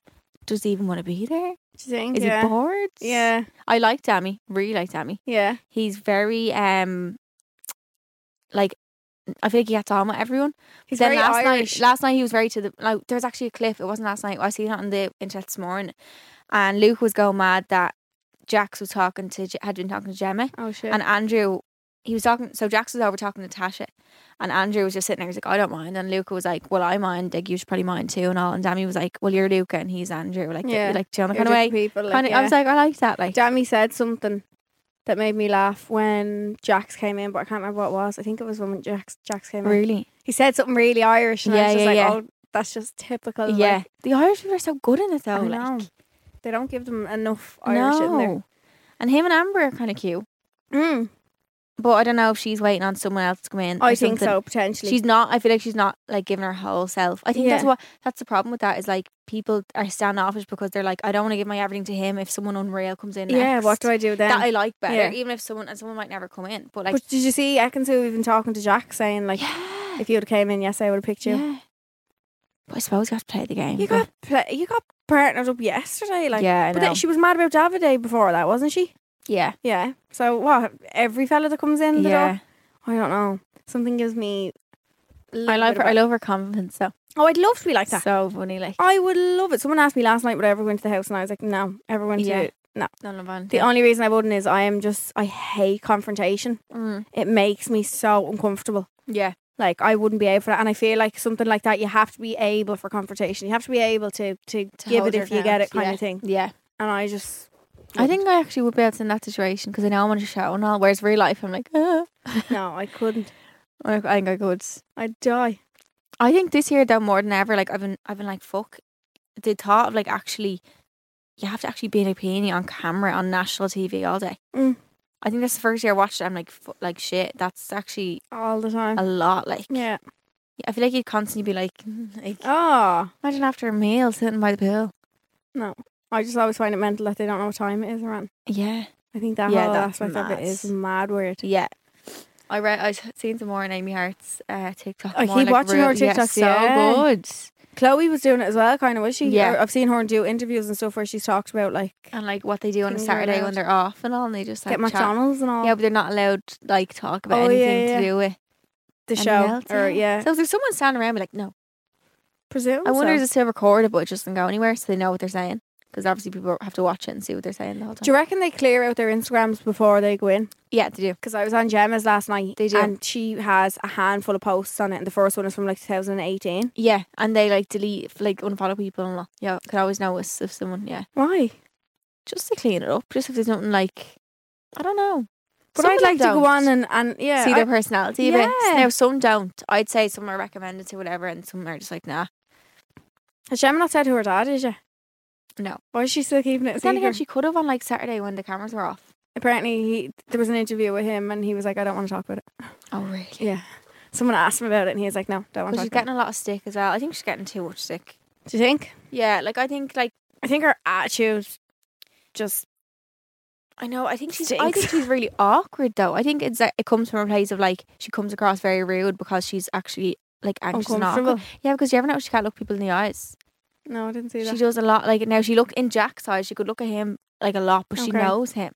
C: Does he even want to be there?
B: Do you think?
C: Is
B: yeah.
C: he bored?
B: Yeah.
C: I like Dammy. Really like Dammy.
B: Yeah.
C: He's very um, like. I feel like he gets on with everyone.
B: He's
C: then
B: very
C: last
B: Irish.
C: night, last night he was very to the like. There was actually a clip. It wasn't last night. I seen it on the internet this morning, and Luke was going mad that Jax was talking to had been talking to Gemma,
B: oh shit.
C: and Andrew. He was talking. So Jax was over talking to Tasha, and Andrew was just sitting there. He's like, "I don't mind," and Luca was like, "Well, I mind. Like, you should probably mind too." And all. And Dammy was like, "Well, you're Luca, and he's Andrew." Like,
B: Yeah.
C: yeah. like, do you know the
B: They're
C: kind of way?
B: different People, like,
C: Kind of- I was
B: yeah.
C: like, I like that. Like,
B: Dammy said something that made me laugh when Jax came in, but I can't remember what it was. I think it was when Jax Jax came in.
C: really?
B: He said something really Irish, and I
C: Yeah,
B: was just
C: yeah,
B: like,
C: yeah.
B: "Oh, that's just typical."
C: yeah.
B: like,
C: the Irish people are so good in it though.
B: I know.
C: Like,
B: they don't give them enough Irish in there.
C: no. And him and Amber are kind of cute.
B: Mm,
C: But I don't know if she's waiting on someone else to come in.
B: I
C: or
B: think
C: something.
B: so potentially.
C: She's not. I feel like she's not like giving her whole self. I think that's
B: Yeah.
C: what that's the problem with that is like people are standoffish because they're like, I don't want to give my everything to him if someone unreal comes in.
B: yeah. What
C: next."
B: do I do then?
C: that I like better,
B: Yeah.
C: even if someone and someone might never come in. But like,
B: but did you see Ekansu even talking to Jack saying like,
C: yeah,
B: "If you'd have came in yesterday, I would have picked you."
C: yeah. But I suppose you have to play the game.
B: You
C: but-
B: got pla you got partnered up yesterday, like
C: yeah, I
B: But then
C: know.
B: she was mad about Davide before that, wasn't she?
C: yeah,
B: Yeah. So what? Every fella that comes in, the
C: yeah.
B: door? I don't know. Something gives me. a little
C: I love
B: bit
C: her.
B: of
C: I
B: a-
C: love her confidence. So
B: Oh, I'd love to be like that.
C: so funny. Like
B: I would love it. Someone asked me last night would I ever go into the house, and I was like, no, ever went
C: Yeah.
B: to. No.
C: none of
B: The only reason I wouldn't is I am just I hate confrontation.
C: mm.
B: It makes me so uncomfortable.
C: Yeah,
B: Like I wouldn't be able for that, and I feel like something like that. You have to be able for confrontation. You have to be able to to,
C: To
B: give
C: hold
B: it
C: your
B: if you get
C: ground,
B: it, kind
C: yeah.
B: of thing.
C: yeah.
B: And I just,
C: I think I actually would be able to in that situation because I know I'm on a show and all. Whereas real life, I'm like, ah.
B: no, I couldn't.
C: I I think I could.
B: I'd die.
C: I think this year though more than ever, like I've been I've been like fuck the thought of like actually you have to actually be an opinion on camera on national TV all day.
B: Mm.
C: I think that's the first year I watched it. I'm like fu- like shit. That's actually
B: all the time.
C: a lot. Like
B: Yeah.
C: I feel like you'd constantly be like, mm, like
B: Oh,
C: imagine after a meal sitting by the pool.
B: I just always find it mental that they don't know what time it is around.
C: Yeah,
B: I think that
C: Yeah,
B: whole
C: that's
B: aspect of
C: mad.
B: it is mad weird.
C: yeah. I read I seen some more on Amy Hart's uh, TikTok.
B: I
C: more,
B: keep
C: like,
B: watching her
C: yeah,
B: TikToks,
C: So
B: yeah.
C: good.
B: Chloe was doing it as well, kind of was she?
C: Yeah.
B: Or I've seen her do interviews and stuff where she's talked about like
C: And like what they do on a
B: Things are
C: Saturday
B: allowed.
C: when they're off and all, and they just like
B: get
C: chat.
B: McDonald's and all
C: Yeah, but they're not allowed like talk about
B: Oh, yeah,
C: anything
B: yeah.
C: to do with
B: the
C: And
B: show.
C: melt
B: Or
C: it.
B: yeah,
C: So if there's someone standing around, be like, no.
B: presume.
C: I wonder
B: so.
C: if it's still recorded, but it just doesn't go anywhere, so they know what they're saying. Because obviously people have to watch it and see what they're saying the whole time.
B: Do you reckon they clear out their Instagrams before they go in?
C: yeah, they do.
B: Because I was on Gemma's last night,
C: They do.
B: and she has a handful of posts on it, and the first one is from like 2018.
C: Yeah, and they like delete, like unfollow people and all. Yeah, could always know us if someone. Yeah,
B: Why?
C: just to clean it up. Just if there's nothing like, I don't know.
B: But
C: Some
B: I'd
C: of them
B: like to go
C: don't
B: on and and yeah,
C: see
B: I-
C: their personality. a bit.
B: Yeah.
C: Now some don't. I'd say some are recommended to whatever, and some are just like nah.
B: Has Gemma not said who her dad is yet?
C: No.
B: Why is she still keeping it
C: But then again,
B: secret?
C: she could have on like Saturday when the cameras were off.
B: Apparently, he, there was an interview with him and he was like, I don't want to talk about it.
C: Oh really?
B: Yeah. Someone asked him about it and he was like, no, don't want
C: But
B: to
C: she's
B: talk about
C: getting a lot of stick as well. I think she's getting too much stick.
B: it. Do you think?
C: Yeah, like I think like.
B: I think her attitude just,
C: I know. I think she's. I
B: Stinks.
C: think she's really awkward, though. I think it's like, it comes from a place of like she comes across very rude because she's actually like anxious and awkward.
B: Uncomfortable.
C: Yeah, because you ever know she can't look people in the eyes.
B: no, I didn't see that.
C: She does a lot. Like now, she looked in Jack's eyes. She could look at him like a lot, but she
B: Okay.
C: knows him.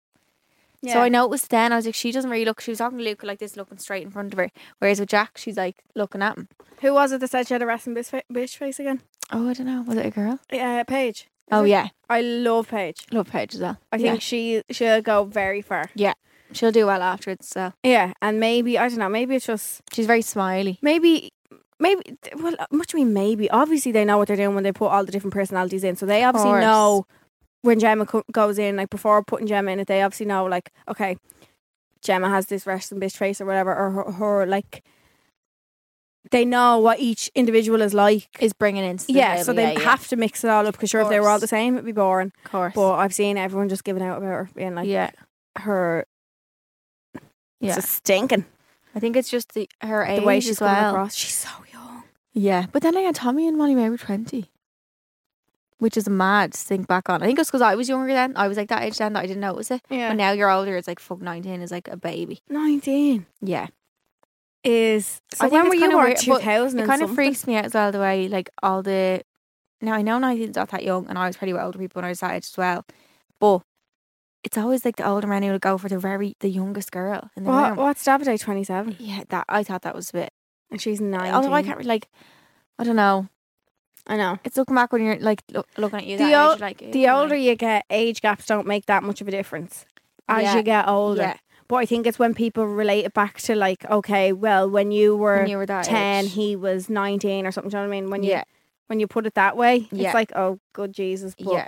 C: So I noticed then I was like, she doesn't really look. She was talking to Luke like this, looking straight in front of her. Whereas with Jack, she's like looking at him.
B: Who was it that said she had a resting bitch, fa- bitch face again?
C: Oh, I don't know. Was it a girl?
B: Uh, Paige. Is
C: Oh
B: it?
C: yeah,
B: I love Paige.
C: love Paige as well.
B: I think she, she'll go very far.
C: yeah. she'll do well afterwards. So
B: Yeah. And maybe, I don't know, maybe it's just,
C: she's very smiley.
B: maybe. Maybe well, what do you mean? Maybe obviously they know what they're doing when they put all the different personalities in, so they obviously
C: course.
B: know when Gemma co- goes in, like before putting Gemma in it, they obviously know, like, okay, Gemma has this resting bitch face or whatever, or her, her like, they know what each individual is like.
C: Is bringing in. to the
B: yeah,
C: table,
B: so they
C: yeah, yeah.
B: have to mix it all up because sure, if they were all the same, it'd be boring.
C: of course.
B: But I've seen everyone just giving out about her being like,
C: yeah,
B: her
C: yeah.
B: just stinking
C: I think it's just the her age
B: the way
C: as
B: she's coming
C: well.
B: across. She's so young.
C: Yeah, but then again, Tommy and Molly Mae were twenty, which is mad to think back on. I think it's because I was younger then. I was like that age then that I didn't notice it. But
B: Yeah,
C: now you're older. It's like fuck nineteen is like a baby.
B: nineteen
C: Yeah,
B: is. So
C: I think
B: when
C: it's
B: were you
C: kinda
B: born?
C: weird,
B: Two
C: but
B: thousand.
C: it kind of freaks me out as well the way like all the. Now I know nineteen's not that young, and I was pretty with older people when I was that age as well, but. It's always like the older men who would go for the very the youngest girl in the
B: What,
C: room.
B: what's Davide? Twenty seven,
C: Yeah, that I thought that was a bit.
B: and she's nineteen.
C: Although I can't really like, I don't know.
B: I know.
C: It's looking back when you're like look, looking at you.
B: The
C: that age,
B: ol-
C: you're like "Ew,
B: the
C: like,
B: older you get, age gaps don't make that much of a difference as
C: Yeah.
B: you get older.
C: Yeah.
B: But I think it's when people relate it back to like, okay, well, when you were,
C: when you were that
B: ten,
C: age.
B: he was nineteen or something. Do you know what I mean? When you
C: yeah,
B: when you put it that way,
C: Yeah.
B: it's like, oh, good Jesus. But
C: yeah,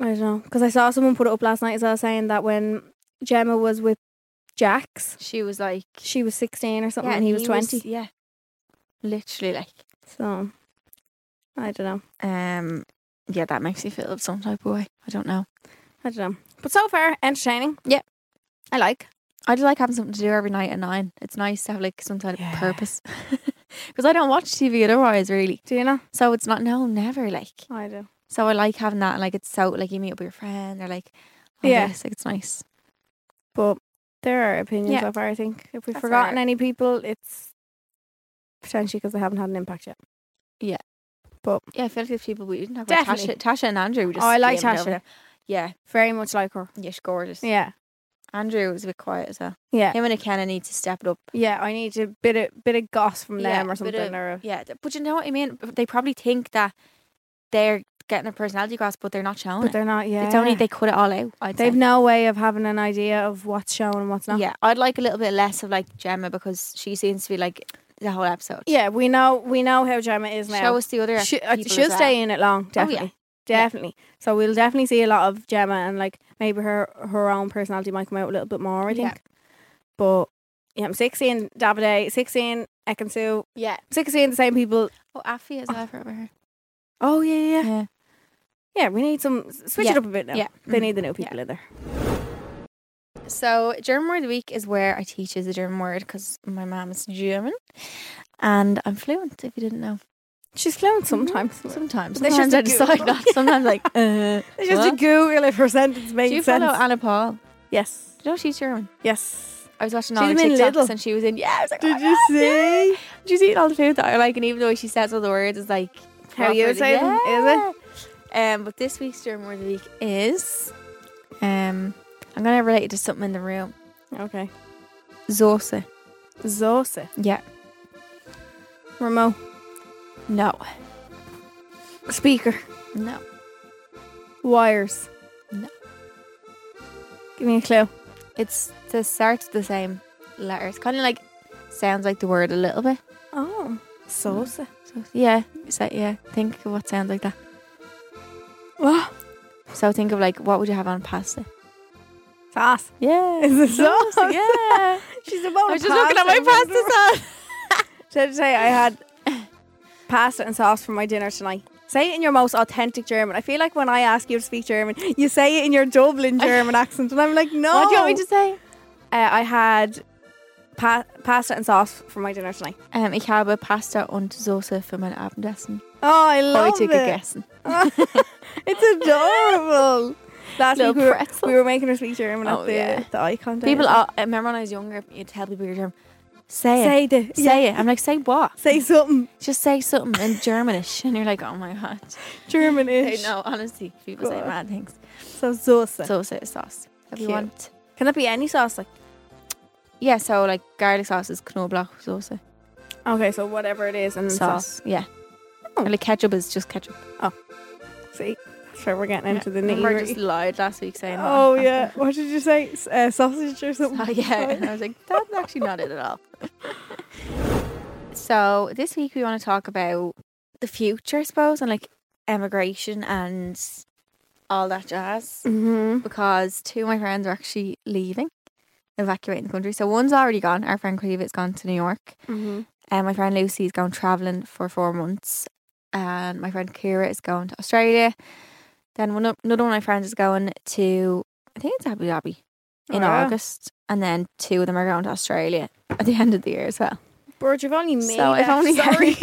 B: I don't know because I saw someone put it up last night as well, saying that when Gemma was with Jax,
C: she was like,
B: she was sixteen or something,
C: yeah,
B: and he was twenty.
C: yeah, literally like,
B: So I don't know.
C: um, yeah, that makes me feel some type of way. I don't know.
B: I don't know. But so far, entertaining.
C: Yeah.
B: I like.
C: I just like having something to do every night at nine. It's nice to have like some type
B: Yeah.
C: of purpose because I don't watch TV otherwise, really.
B: Do you know?
C: So it's not no, never like.
B: I do.
C: So I like having that. Like it's so like you meet up with your friend or like, oh,
B: Yeah.
C: yes, like it's nice.
B: But there are opinions
C: Yeah.
B: so far, I think. If we've
C: That's
B: forgotten
C: alright.
B: any people, it's potentially because they haven't had an impact yet.
C: Yeah.
B: But-
C: yeah, I feel like there's people we didn't talk about Tasha,
B: Definitely.
C: Tasha and Andrew. We just
B: oh, I like
C: gave it over
B: Tasha.
C: them. Yeah,
B: Very much like her.
C: yeah, she's gorgeous.
B: Yeah.
C: Andrew was a bit quiet as well.
B: Yeah.
C: Him and McKenna need to step it up.
B: Yeah, I need a bit of bit of goss from
C: Yeah,
B: them or
C: a bit
B: something.
C: of-
B: or a,
C: Yeah, th- but you know what I mean. B- They probably think that they're getting their personality across, but they're not showing
B: but
C: it.
B: they're not. Yeah,
C: It's only they cut it all out. I'd
B: They've
C: say.
B: no way of having an idea of what's shown and what's not.
C: Yeah, I'd like a little bit less of like Gemma because she seems to be like the whole episode.
B: Yeah, we know we know how Gemma is now.
C: show us the other.
B: she, uh,
C: people as
B: she'll
C: well. Oh,
B: stay in it long,
C: yeah.
B: definitely. Definitely. So we'll definitely see a lot of Gemma and like maybe her her own personality might come out a little bit more, I
C: Yeah.
B: think. But yeah, I'm 16 Davide, 16 Ekansu,
C: Yeah.
B: 16 the same people.
C: Oh, Afi is over her.
B: Oh yeah, yeah. Yeah,
C: Yeah.
B: yeah we need some switch it
C: Yeah.
B: up a bit now.
C: Yeah.
B: They
C: Mhm.
B: need the new people in there.
C: So German word of the week is where I teach as a German word because my mom is German, and I'm fluent. If you didn't know,
B: She's
C: Mm-hmm.
B: fluent sometimes.
C: sometimes
B: They should
C: sometimes I
B: do-
C: decide not. Sometimes like uh,
B: It's just a
C: what?
B: Google if her sentence
C: Do
B: makes
C: you
B: sense.
C: follow Anna Paul? Do
B: yes.
C: you know she's German?
B: Yes.
C: I was watching
B: She's
C: all her
B: been
C: TikToks
B: little.
C: and she was in. Yeah, I was like, oh
B: Did
C: my
B: you
C: God, yeah.
B: see?
C: Did you see all the food that I like? And even though she says all the words, it's like
B: How you
C: properly-
B: say them, is
C: yeah. Um, but this week's German word of the week is, um, I'm gonna relate it to something in the room.
B: Okay.
C: Sauce.
B: Zose.
C: Yeah.
B: Remote.
C: No.
B: Speaker.
C: No.
B: Wires.
C: No.
B: Give me a clue.
C: It's the starts with the same letters. Kind of like sounds like the word a little bit.
B: Oh. Sauce.
C: So yeah, so, yeah. Think of what sounds like that.
B: What?
C: So think of like what would you have on pasta?
B: Sauce.
C: Yeah,
B: Is it sauce?
C: Yeah.
B: She's a bowl
C: I was just looking at my Oh, pasta sauce.
B: Should I say I had pasta and sauce for my dinner tonight? Say it in your most authentic German. I feel like when I ask you to speak German, you say it in your Dublin German accent, and I'm like, no.
C: What do you want me to say?
B: Uh, I had pa- pasta and sauce for my dinner tonight.
C: Um, ich habe Pasta und Soße für mein Abendessen.
B: Oh, I love
C: Heute
B: it.
C: gegessen.
B: It's adorable. Last
C: Little
B: week we were,
C: pretzel.
B: we were making her speak German
C: Oh,
B: at the,
C: yeah.
B: the icon. Day.
C: People, äh, all, I remember when I was younger, you'd tell people your German. Say,
B: say
C: it.
B: the
C: Say it. I'm like, say what?
B: say something
C: Just say something in Germanish. And you're like, oh my God.
B: Germanish.
C: no, honestly, people say
B: God.
C: mad things.
B: So Sosa.
C: Soße is sauce. If you
B: Cute.
C: want.
B: Can that be any sauce? Like
C: Yeah, so like garlic sauce is Knoblauch Soße.
B: okay, so whatever it is and
C: Sauce. Yeah.
B: Oh.
C: And like ketchup is just ketchup.
B: See, that's where we're getting into the
C: Remember I
B: nitty
C: just
B: gritty.
C: lied last week saying that.
B: Oh yeah, what did you say? S- Uh, sausage or something?
C: Oh, yeah. And I was like, that's actually not it at all. so this week we want to talk about the future, I suppose, and like emigration and all that jazz.
B: Mm-hmm.
C: Because two of my friends are actually leaving, evacuating the country. So one's already gone. Our friend Cleve's gone to New York.
B: Mm-hmm.
C: And Uh, my friend Lucy's gone travelling for four months. And my friend Kira is going to Australia. Then one, o- another one of my friends is going to, I think it's Abu Dhabi in
B: Wow.
C: August. And then two of them are going to Australia at the end of the year as well.
B: Bird, you've only made.
C: so I've
B: that.
C: only
B: sorry.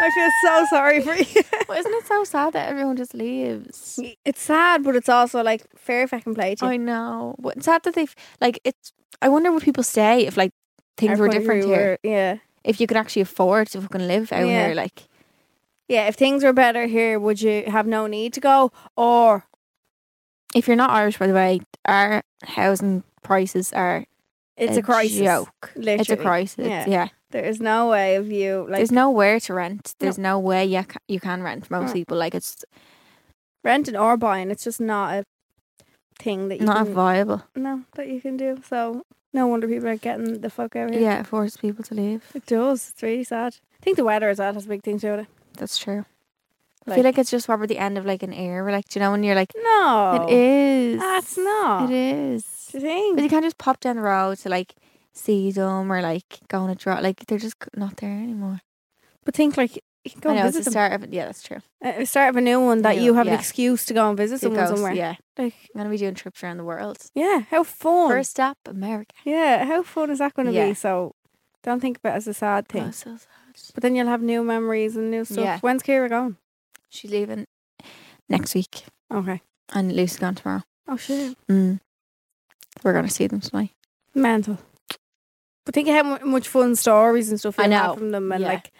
B: I feel so sorry for you.
C: But isn't it so sad that everyone just leaves?
B: It's sad, but it's also like fair if I can play it.
C: I know. But it's sad that they've, like, it's, I wonder would people stay if, like, things were different here.
B: Yeah,
C: If you could actually afford to fucking live out
B: Yeah.
C: here, like,
B: yeah. If things were better here, would you have no need to go? Or
C: if you're not Irish, by the way, our housing prices are
B: it's a, crisis.
C: joke. It's a
B: Literally.
C: crisis.
B: Yeah.
C: Yeah.
B: There is no way of you like
C: There's nowhere to rent. There's no, way you can, you can rent for most
B: Mm.
C: people. Like it's
B: renting or buying. It's just not a thing that you
C: not
B: can,
C: viable.
B: no that you can do. So no wonder people are getting the fuck out of
C: Yeah.
B: here.
C: it forces people to leave.
B: It does. It's really sad. I think the weather is that has a big thing to do with it.
C: That's true. I feel like it's just probably the end of like an era. Like do you know when you're like
B: no,
C: it is.
B: That's not.
C: It is.
B: Do you think?
C: But you can't just pop down the road to like see them or like go on a draw. Like they're just not there anymore.
B: But think like you can go
C: I know
B: and
C: it's the
B: visit them.
C: start of it. Yeah, that's true.
B: Uh, start of a new one that
C: New,
B: you have an
C: yeah.
B: excuse to go and visit
C: To
B: someone
C: go-
B: somewhere.
C: Yeah,
B: Like
C: I'm gonna be doing trips around the world.
B: yeah, how fun.
C: First stop, America.
B: Yeah, how fun is that going to
C: Yeah.
B: be? So don't think about it as a sad thing.
C: Oh, so sad.
B: But then you'll have new memories and new stuff.
C: Yeah.
B: When's Kira going?
C: She's leaving next week,
B: Okay.
C: and Lucy's gone tomorrow.
B: Oh shit.
C: Mm. We're gonna see them tonight.
B: Mental. But think of how mu- much fun stories and stuff
C: I
B: you'll have
C: know.
B: from them and
C: Yeah.
B: like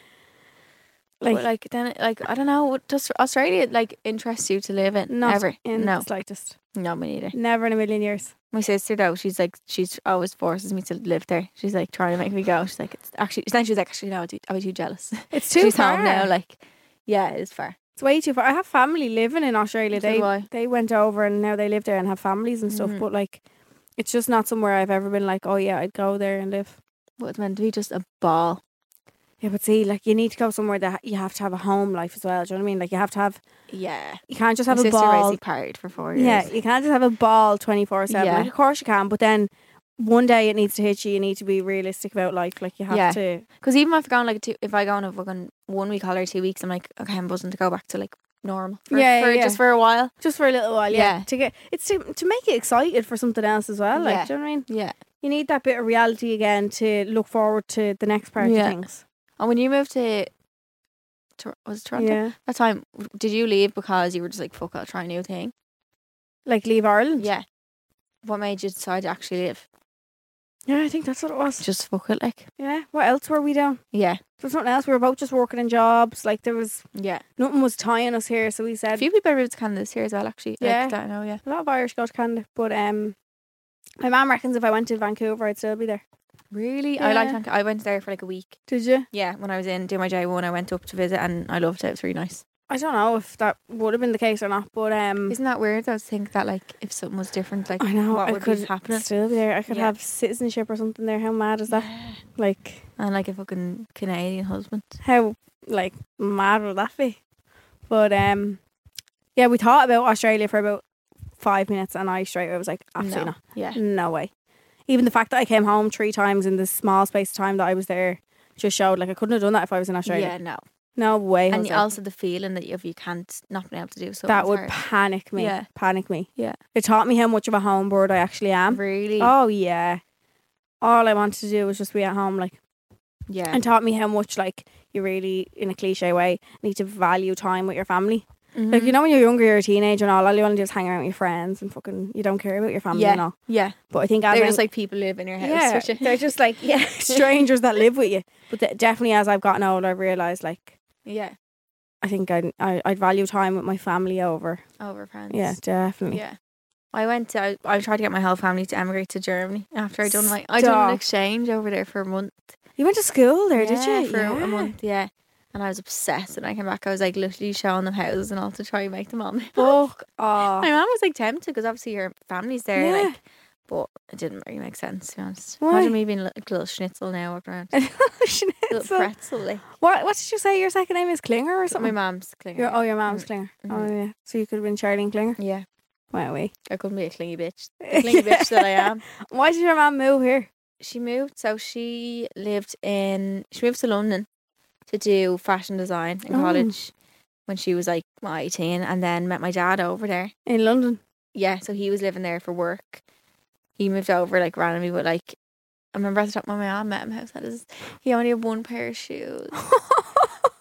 B: Like,
C: but like then, like I don't know. Does Australia like interest you to live in?
B: not
C: Ever?
B: in
C: no,
B: the slightest.
C: not me neither.
B: Never in a million years.
C: My sister though, she's like she's always forces me to live there. She's like trying to make me go. She's like it's actually. Then she's like actually no, I do- I was too jealous.
B: It's too
C: she's
B: far.
C: home now. Like yeah, it is far.
B: It's way too far. I have family living in Australia.
C: So
B: They
C: do I. Mm-hmm.
B: they went over and now they live there and have families and stuff. But like, it's just not somewhere I've ever been like, oh yeah, I'd go there and live.
C: What it's meant to be just a ball.
B: Yeah, but see, like you need to go somewhere that you have to have a home life as well. Do you know what I mean? Like you have to have.
C: Yeah,
B: You can't just
C: my
B: have a
C: sister
B: ball.
C: basically partied for four years.
B: Yeah, you can't just have a ball twenty four seven.
C: Yeah.
B: Like of course you can, but then one day it needs to hit you. You need to be realistic about life. Like you have
C: Yeah.
B: to.
C: Because even if I go on like a two, if I go on a fucking one week holiday, two weeks, I'm like, okay, I'm buzzing to go back to like normal. For,
B: Yeah,
C: for,
B: yeah,
C: just
B: yeah.
C: for a while.
B: Just for a little while, yeah.
C: Yeah.
B: To get it's to to make it excited for something else as well. Like,
C: Yeah.
B: do you know what I mean?
C: Yeah.
B: You need that bit of reality again to look forward to the next part
C: Yeah.
B: of things.
C: And when you moved to, Tor- was it Toronto
B: Yeah.
C: that time? w- Did you leave because you were just like, fuck, I'll try a new thing?
B: Like leave Ireland.
C: Yeah. What made you decide to actually leave?
B: Yeah, I think that's what it was.
C: Just fuck it, like.
B: yeah. What else were we doing?
C: Yeah.
B: There was nothing else. We were both just working in jobs. Like there was
C: Yeah.
B: nothing was tying us here, so we
C: A
B: said
C: few people moved to Canada this year as well, actually.
B: Yeah.
C: Like, that I know. Yeah.
B: a lot of Irish go to Canada, but um my mum reckons if I went to Vancouver I'd still be there.
C: Really, I liked.
B: Yeah.
C: Vancouver. I went there for like a week.
B: Did you?
C: Yeah, when I was in doing my J one, I went up to visit and I loved it. It was really nice.
B: I don't know if that would have been the case or not, but um
C: Isn't that weird? though, to think that like if something was different, like
B: I know
C: what
B: I
C: would
B: could
C: be happening.
B: still be there. I could
C: Yeah.
B: have citizenship or something there. How mad is that? Like
C: and like a fucking Canadian husband.
B: how like mad would that be? But um, yeah, we thought about Australia for about five minutes, and I straight away was like, absolutely
C: No. Yeah.
B: not, no way. Even the fact that I came home three times in the small space of time that I was there just showed like I couldn't have done that if I was in Australia.
C: Yeah, no.
B: No way.
C: And
B: Jose.
C: you also the feeling that if you can't not being able to do something.
B: that would
C: hard.
B: panic me.
C: Yeah.
B: Panic me.
C: Yeah.
B: It taught me how much of a home bird I actually am.
C: really.
B: Oh yeah. All I wanted to do was just be at home, like
C: yeah.
B: and taught me how much like you really in a cliche way need to value time with your family like
C: Mm-hmm.
B: you know when you're younger you're a teenager and all all you want to do is hang around with your friends and fucking you don't care about your family and
C: yeah.
B: all
C: Yeah.
B: but i think as
C: They're
B: I-
C: just like people live in your house.
B: yeah
C: which-
B: they're just like yeah strangers that live with you but th- definitely as i've gotten older i've realized like
C: yeah.
B: i think I'd, I- I'd value time with my family over
C: Over friends.
B: yeah definitely
C: Yeah. I went to I, I tried to get my whole family to emigrate to Germany after I done my I done
B: Stop.
C: an exchange over there for a month.
B: you went to school there did
C: Yeah,
B: you
C: For
B: Yeah.
C: a month, yeah. And I was obsessed. When I came back, I was like literally showing them houses and all to try and make them all. move.
B: Fuck off.
C: My mum was like tempted because obviously your family's there,
B: Yeah.
C: like, but it didn't really make sense to be honest.
B: Why?
C: Imagine me being li- like a little schnitzel now walking around, a little
B: Schnitzel.
C: pretzel. Like.
B: what, what did you say your second name is Klinger or
C: But my
B: something
C: mum's clingy.
B: your, oh your mom's Klinger oh yeah so you could have been Charlene Klinger
C: yeah,
B: wow we
C: I couldn't be a clingy bitch. The clingy bitch that I am.
B: Why did your mum move here?
C: She moved, so she lived in. She moved to London to do fashion design in
B: Oh.
C: college when she was like well, eighteen, and then met my dad over there.
B: In London.
C: yeah, so he was living there for work. He moved over like randomly, but like I remember at the top when my mom met him, I was like, he only had one pair of shoes.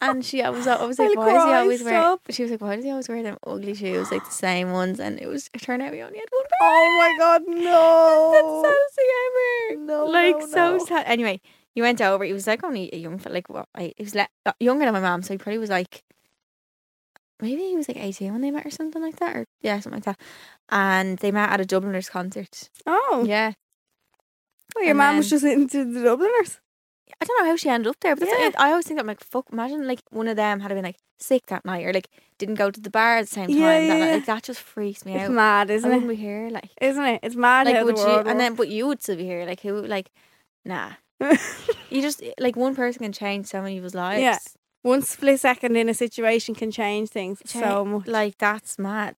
C: And she I was, I was like,
B: I'll
C: why does he
B: cry,
C: always wear?
B: stop.
C: She was like, why does he always wear them ugly shoes, like the same ones? And it was it turned out he only had one pair.
B: Oh my god, no.
C: That's so ever.
B: No,
C: like
B: Oh, no,
C: so
B: no.
C: sad. Anyway, he went over. He was like only a young, fella, like what? I, he was le- uh, younger than my mom, so he probably was like maybe he was like eighteen when they met or something like that, or yeah, something like that. And they met at a Dubliners concert.
B: oh,
C: Yeah,
B: well, your
C: and
B: mum was
C: then-
B: just into the Dubliners.
C: I don't know how she ended up there, but that's
B: Yeah.
C: like, I always think that I'm like, fuck, imagine like one of them had been like sick that night or like didn't go to the bar at the same time.
B: Yeah,
C: that,
B: yeah,
C: night.
B: yeah.
C: Like that just freaks me
B: It's
C: out.
B: mad,
C: I
B: isn't
C: wouldn't
B: it?
C: be here, like,
B: Isn't it? It's mad
C: like
B: how
C: would
B: the
C: you?
B: world
C: And then, but you would still be here, like who, like, nah.
B: works.
C: You just like one person can change so many people's lives.
B: Yeah. one split second in a situation can change things so
C: Change-
B: much,
C: Like that's mad.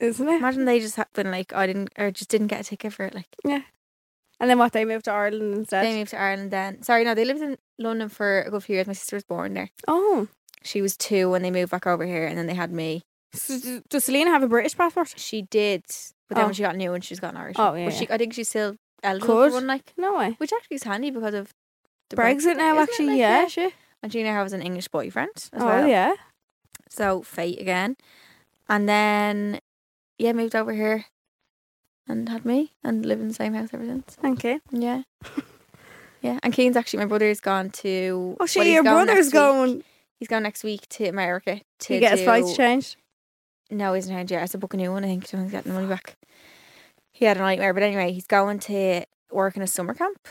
B: isn't it?
C: Imagine they just had been like I didn't or just didn't get a ticket for it. Like
B: And then what they moved to Ireland instead.
C: they moved to Ireland then. Sorry, no, they lived in London for a good few years. My sister was born there.
B: oh,
C: She was two when they moved back over here, and then they had me.
B: so d- does Selena have a British passport?
C: She did, but then
B: Oh.
C: when she got new one, she's got an Irish.
B: Oh,
C: one.
B: yeah,
C: But she, I think she's still eligible
B: Could.
C: for one, like
B: No way.
C: which actually is handy because of the
B: Brexit, now,
C: isn't it?
B: actually,
C: Like,
B: yeah, shit.
C: And she now has an English boyfriend as
B: Oh,
C: well.
B: yeah.
C: So fate again, and then yeah, moved over here, and had me, and live in the same house ever since.
B: Okay.
C: Yeah. Yeah, and Keen's actually my brother's gone to.
B: Oh, shit,
C: well, he's
B: your
C: going
B: brother's
C: next week.
B: going.
C: He's going next week to America to
B: He gets
C: do-
B: his flights changed.
C: No, he isn't here yet. It's a book a new one. I think. So he's getting the money back. He had a nightmare, but anyway, he's going to work in a summer camp.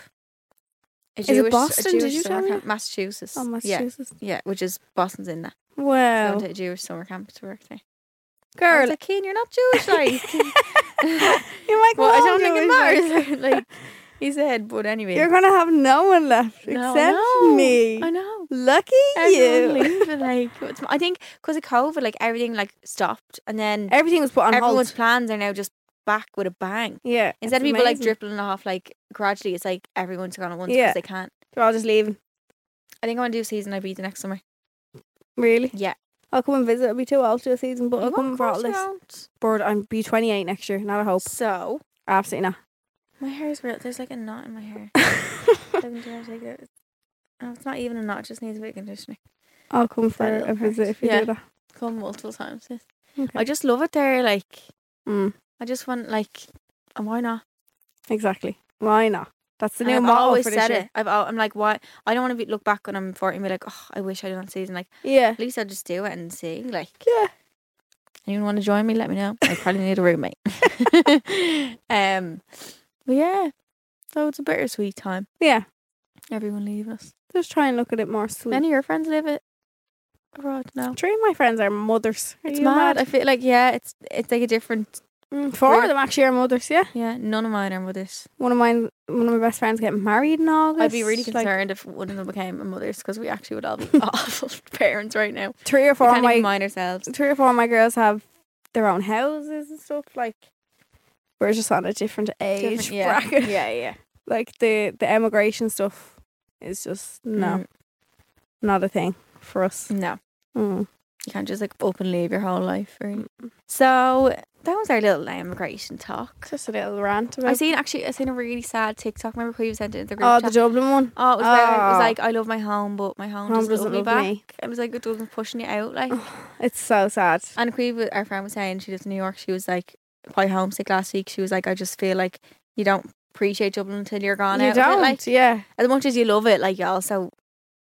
C: A
B: it
C: Jewish- a
B: Boston? Did
C: Jewish
B: you
C: summer
B: tell me?
C: camp, Massachusetts.
B: Oh,
C: Yeah,
B: Massachusetts. Oh.
C: yeah, which is Boston's in that. He's
B: Wow.
C: Going to a Jewish summer camp to work there. I was
B: Girl.
C: like, Keen, you're not Jewish, like.
B: You're like,
C: well, I
B: "Whoa,
C: don't think it
B: Jewish, like,
C: matters. like he said, but anyway,
B: You're going to have no one left
C: No, I
B: except
C: know.
B: me.
C: I know.
B: Lucky
C: Everyone
B: you.
C: leaving, like what's- I think because of COVID, like everything like stopped, and then
B: Everything was put on
C: everyone's
B: hold.
C: plans are now just back with a bang.
B: Yeah.
C: Instead
B: it's
C: of people like
B: amazing.
C: dribbling off like gradually, it's like everyone's gone at once
B: Yeah.
C: because they can't.
B: They're all just leaving.
C: I think I want to do season IB the next summer.
B: Really?
C: Yeah,
B: I'll come and visit. I'll be too old for the season, but I'll
C: You
B: come
C: of
B: and brought
C: course
B: this.
C: you won't.
B: Bird, I'm be 28 next year. Not a hope.
C: So
B: Absolutely not.
C: my hair is real. There's like a knot in my hair. I can do that, like, it- oh, it's not even a knot; it just needs a bit of conditioning.
B: I'll come for
C: That little
B: a visit
C: part.
B: if you
C: Yeah.
B: do that.
C: Come multiple times. yes.
B: Okay.
C: I just love it there. Like
B: Mm,
C: I just want like, and why not?
B: exactly. Why not? That's the
C: And
B: new
C: I've
B: motto
C: always
B: for this
C: said
B: year.
C: it. I've, al- I'm like, why? I don't want to be look back when I'm 40 and be like, oh, I wish I did that season. Like,
B: Yeah.
C: at least I'll just do it and see. Like,
B: Yeah.
C: anyone want to join me? Let me know. I probably need a roommate. um, but yeah, so it's a bittersweet time.
B: Yeah.
C: Everyone leaving us.
B: Just try and look at it more sweet.
C: Many of your friends live it abroad now.
B: Three of my friends are mothers. Are
C: It's
B: you
C: mad. I feel like yeah, it's it's like a different
B: Mm, four
C: We're-
B: of them actually are mothers, yeah.
C: yeah. None of mine are mothers.
B: One of mine one of my best friends getting married in August.
C: I'd be really
B: Like,
C: concerned if one of them became a mother's because we actually would all be awful parents right now.
B: three or
C: We
B: four of
C: can't even
B: my
C: mind ourselves.
B: three or four of my girls have their own houses and stuff, like we're just on a different age
C: Different- yeah.
B: bracket.
C: yeah, yeah.
B: Like the the emigration stuff is just no not a thing for us.
C: Mm, no.
B: Mm.
C: You can't just like up and leave your whole life. Right? So that was our little immigration talk.
B: Just a little rant
C: I
B: about
C: seen actually I seen a really sad TikTok. Remember who you sent it in the group
B: Oh, the
C: chat?
B: Dublin one.
C: oh, it was, about, it was
B: Oh.
C: like I love my home, but my home,
B: Home
C: doesn't,
B: doesn't
C: love me
B: love
C: back.
B: me.
C: It was like it wasn't pushing you out. Like
B: It's so sad.
C: And Queen, our friend was saying she lives in New York. She was like quite homesick last week. She was like, I just feel like you don't appreciate Dublin until you're gone
B: you
C: out. of it."
B: don't,
C: Like
B: yeah.
C: as much as you love it, like you also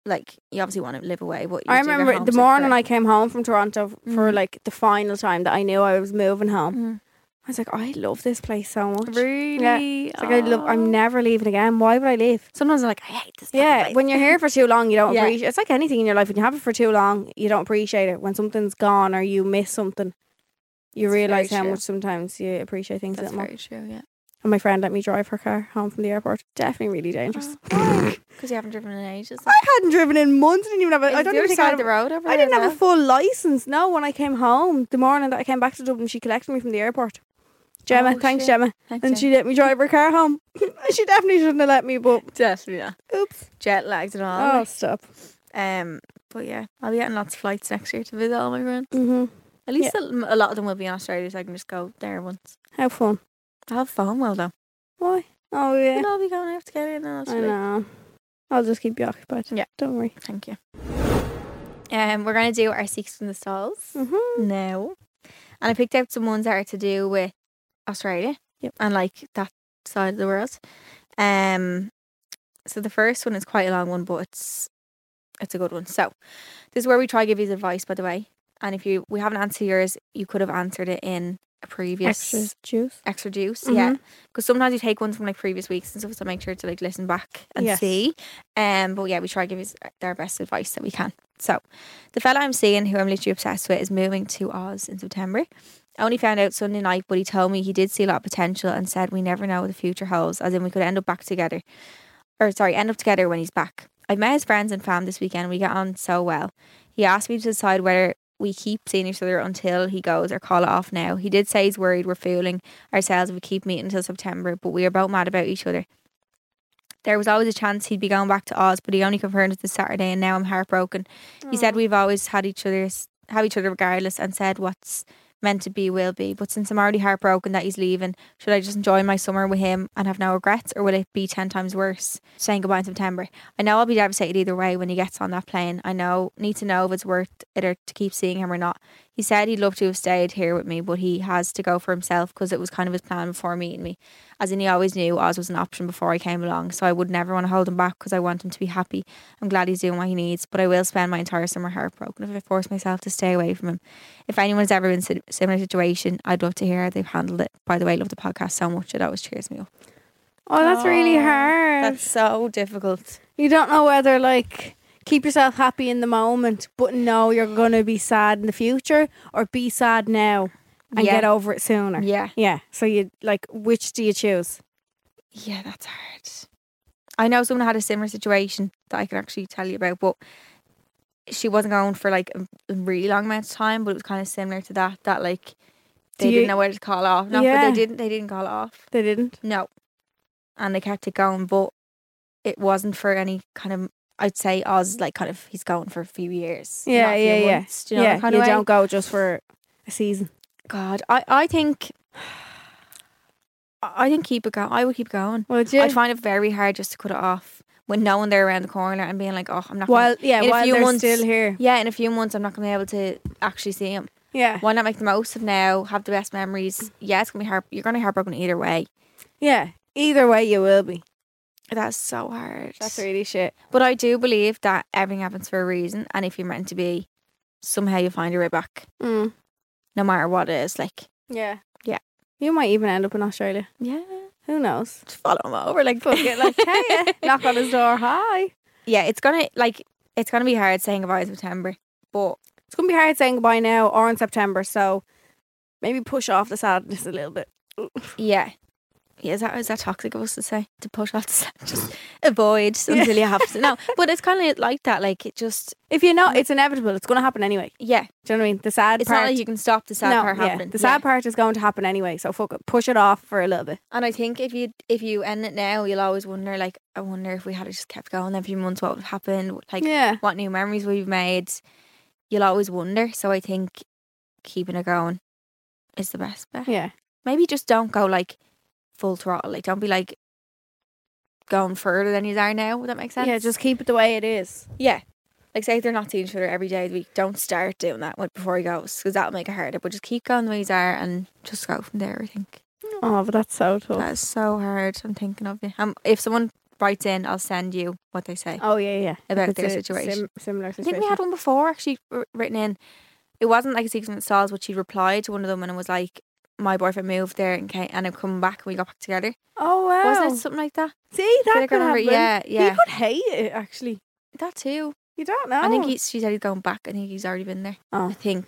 C: like you obviously want to live away. But
B: I remember the morning I came home from Toronto for
C: Mhm.
B: like the final time that I knew I was moving home.
C: Mhm.
B: I was like, I love this place so much.
C: really
B: It's like I love. I'm never leaving again. Why would I leave?
C: Sometimes I'm like, I hate this. fucking
B: Yeah,
C: place.
B: when you're here for too long, you don't
C: Yeah.
B: appreciate. It's like anything in your life. When you have it for too long, you don't appreciate it. When something's gone or you miss something, you
C: It's very
B: realize how
C: true.
B: much sometimes you appreciate things
C: that's
B: a bit more.
C: very true. Yeah,
B: And my friend let me drive her car home from the airport. Definitely really dangerous.
C: because you haven't driven in ages.
B: I hadn't driven in months. Didn't even have. A, I don't
C: Is the
B: even
C: other
B: think I
C: side
B: had
C: of the
B: a-
C: road. Over
B: I
C: there
B: didn't have a
C: now?
B: full license. No, when I came home, the morning that I came back to Dublin, she collected me from the airport. Gemma,
C: Oh,
B: thanks,
C: shit.
B: Gemma.
C: Thanks,
B: And
C: Jane.
B: she let me drive her car home. she definitely shouldn't have let me, but
C: definitely not.
B: oops.
C: jet lagged and all.
B: Oh,
C: like.
B: stop.
C: Um, but yeah, I'll be getting lots of flights next year to visit all my friends.
B: hmm
C: At least a, a lot of them will be in Australia, so I can just go there once.
B: How fun.
C: I'll have fun, well though.
B: Why? Oh, yeah.
C: We'll all be going out together and then I'll just
B: I
C: be like,
B: know. I'll just keep you occupied.
C: Yeah.
B: Don't worry.
C: Thank you. Um, we're gonna do our six from the stalls
B: Mm-hmm.
C: now, and I picked out some ones that are to do with Australia
B: Yep.
C: and like that side of the world. Um, so the first one is quite a long one, but it's it's a good one. So this is where we try to give you advice, by the way. And if you we haven't answered yours, you could have answered it in a previous
B: Extra juice. Mm-hmm.
C: extra juice. Yeah, because sometimes you take ones from like previous weeks and stuff, so make sure to like listen back and
B: Yes.
C: see. Um, but yeah, we try to give us their best advice that we can. So, the fella I'm seeing, who I'm literally obsessed with, is moving to Oz in September. I only found out Sunday night, but he told me he did see a lot of potential and said we never know what the future holds, as in we could end up back together, or sorry, end up together when he's back. I met his friends and fam this weekend. We get on so well. He asked me to decide whether we keep seeing each other until he goes or call it off now. He did say he's worried we're fooling ourselves if we keep meeting until September, but we are both mad about each other. There was always a chance he'd be going back to Oz, but he only confirmed it this Saturday, and now I'm heartbroken. He said we've always had each other's have each other regardless, and said what's meant to be will be. But since I'm already heartbroken that he's leaving, should I just enjoy my summer with him and have no regrets, or will it be ten times worse saying goodbye in September? I know I'll be devastated either way when he gets on that plane. I know need to know if it's worth it or to keep seeing him or not. He said he'd love to have stayed here with me, but he has to go for himself because it was kind of his plan before meeting me. as in he always knew Oz was an option before I came along, so I would never want to hold him back because I want him to be happy. I'm glad he's doing what he needs, but I will spend my entire summer heartbroken if I force myself to stay away from him. If anyone's ever been in a similar situation, I'd love to hear how they've handled it. By the way, I love the podcast so much; it always cheers me up.
B: Oh, that's really hard.
C: That's so difficult.
B: you don't know whether like keep yourself happy in the moment, but know you're gonna be sad in the future, or be sad now and
C: Yeah.
B: get over it sooner.
C: Yeah.
B: Yeah. So you like which do you choose?
C: Yeah, that's hard. I know someone had a similar situation that I can actually tell you about, but she wasn't going for like a a really long amount of time, but it was kind of similar to that. That like
B: Do
C: they
B: you-
C: didn't know where to call off. No, but
B: Yeah.
C: they didn't. They didn't call it off.
B: They didn't.
C: No, and they kept it going, but it wasn't for any kind of. I'd say Oz like kind of he's going for a few years.
B: Yeah,
C: not a few
B: yeah, yeah.
C: months, Do you know
B: yeah.
C: that kind
B: you
C: of way?
B: don't go just for a season.
C: God, I I think. I I think keep it going. I would keep going.
B: Would you?
C: I find it very hard just to cut it off when knowing they're around the corner and being like, oh, I'm not.
B: while
C: gonna,
B: yeah,
C: in a
B: while
C: few
B: they're
C: months-
B: still here.
C: yeah, in a few months, I'm not gonna be able to actually see him.
B: Yeah.
C: Why not make the most of now? Have the best memories. Yeah, it's gonna be hard. You're gonna be heartbroken either way.
B: Yeah. Either way you will be.
C: That's so hard.
B: That's really shit.
C: But I do believe that everything happens for a reason, and if you're meant to be, somehow you find your way back,
B: Mm.
C: no matter what it is. Like,
B: Yeah.
C: Yeah.
B: You might even end up in Australia.
C: yeah,
B: Who knows?
C: just follow him over. Like, eh.
B: Fuck it, like, hey, knock on his door. Hi.
C: yeah, it's gonna like it's gonna be hard saying goodbye in September, but
B: It's gonna be hard saying goodbye now or in September, so maybe push off the sadness a little bit.
C: Yeah. Yeah, is that is that toxic of us to say to push off to say, just avoid until you have to no. But it's kind of like that. Like it just
B: If you know it's inevitable, it's gonna happen anyway.
C: yeah.
B: Do you know what I mean? The sad
C: Mm-hmm. It's
B: part.
C: not like you can stop the sad
B: no,
C: part
B: yeah,
C: happening.
B: The sad
C: Yeah.
B: part is going to happen anyway, so fuck it. Push it off for a little bit.
C: And I think if you if you end it now, you'll always wonder. Like I wonder if we had just kept going every month, what would have happened? Like
B: Yeah.
C: what new memories we've made. You'll always wonder. So I think keeping it going is the best bet.
B: Yeah.
C: maybe just don't go like full throttle. Like don't be like going further than you are now. Would that make sense?
B: yeah, just keep it the way it is.
C: yeah. Like say if they're not seeing each other every day of the week, don't start doing that with- before he goes because that'll make it harder. But just keep going the way you are and just go from there. I think
B: Oh, but that's so tough.
C: that's so hard. I'm thinking of you. Um, if someone writes in, I'll send you what they say.
B: Oh yeah, yeah.
C: About
B: It's
C: their
B: a
C: situation.
B: sim- similar
C: I
B: situation.
C: think we had one before actually wr- written in. It wasn't like a secret stars, but she replied to one of them and it was like, "My boyfriend moved there and came, and I'm coming back and we got back together."
B: Oh wow.
C: Wasn't it something like that?
B: See that
C: Kinda
B: could
C: remember-
B: happen.
C: yeah, yeah.
B: He could hate it actually.
C: That too.
B: You don't know.
C: I think he's, she said he's going back. I think he's already been there.
B: Oh.
C: I think.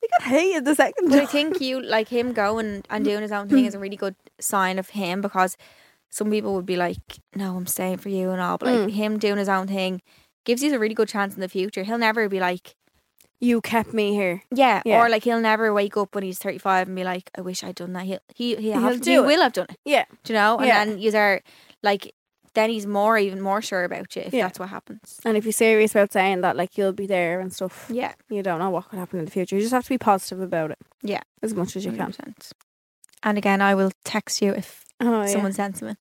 B: he could hate it the second.
C: But I
B: time.
C: think you like him going and doing his own thing is a really good sign of him because some people would be like, "No, I'm staying for you and all," but like
B: Mm.
C: him doing his own thing gives you a really good chance in the future. He'll never be like,
B: you kept me here.
C: yeah,
B: Yeah.
C: or like he'll never wake up when he's 35 and be like, "I wish I'd done that." He'll he he'll,
B: He'll
C: have,
B: do
C: he
B: it.
C: will have done it.
B: Yeah.
C: Do you know? And
B: Yeah.
C: then you are like, then he's more even more sure about you if
B: Yeah.
C: that's what happens.
B: And if you're serious about saying that, like you'll be there and stuff,
C: Yeah,
B: you don't know what could happen in the future. You just have to be positive about it.
C: Yeah.
B: as much as you can.
C: 100%. And again, I will text you if
B: Oh, yeah.
C: someone sends them in.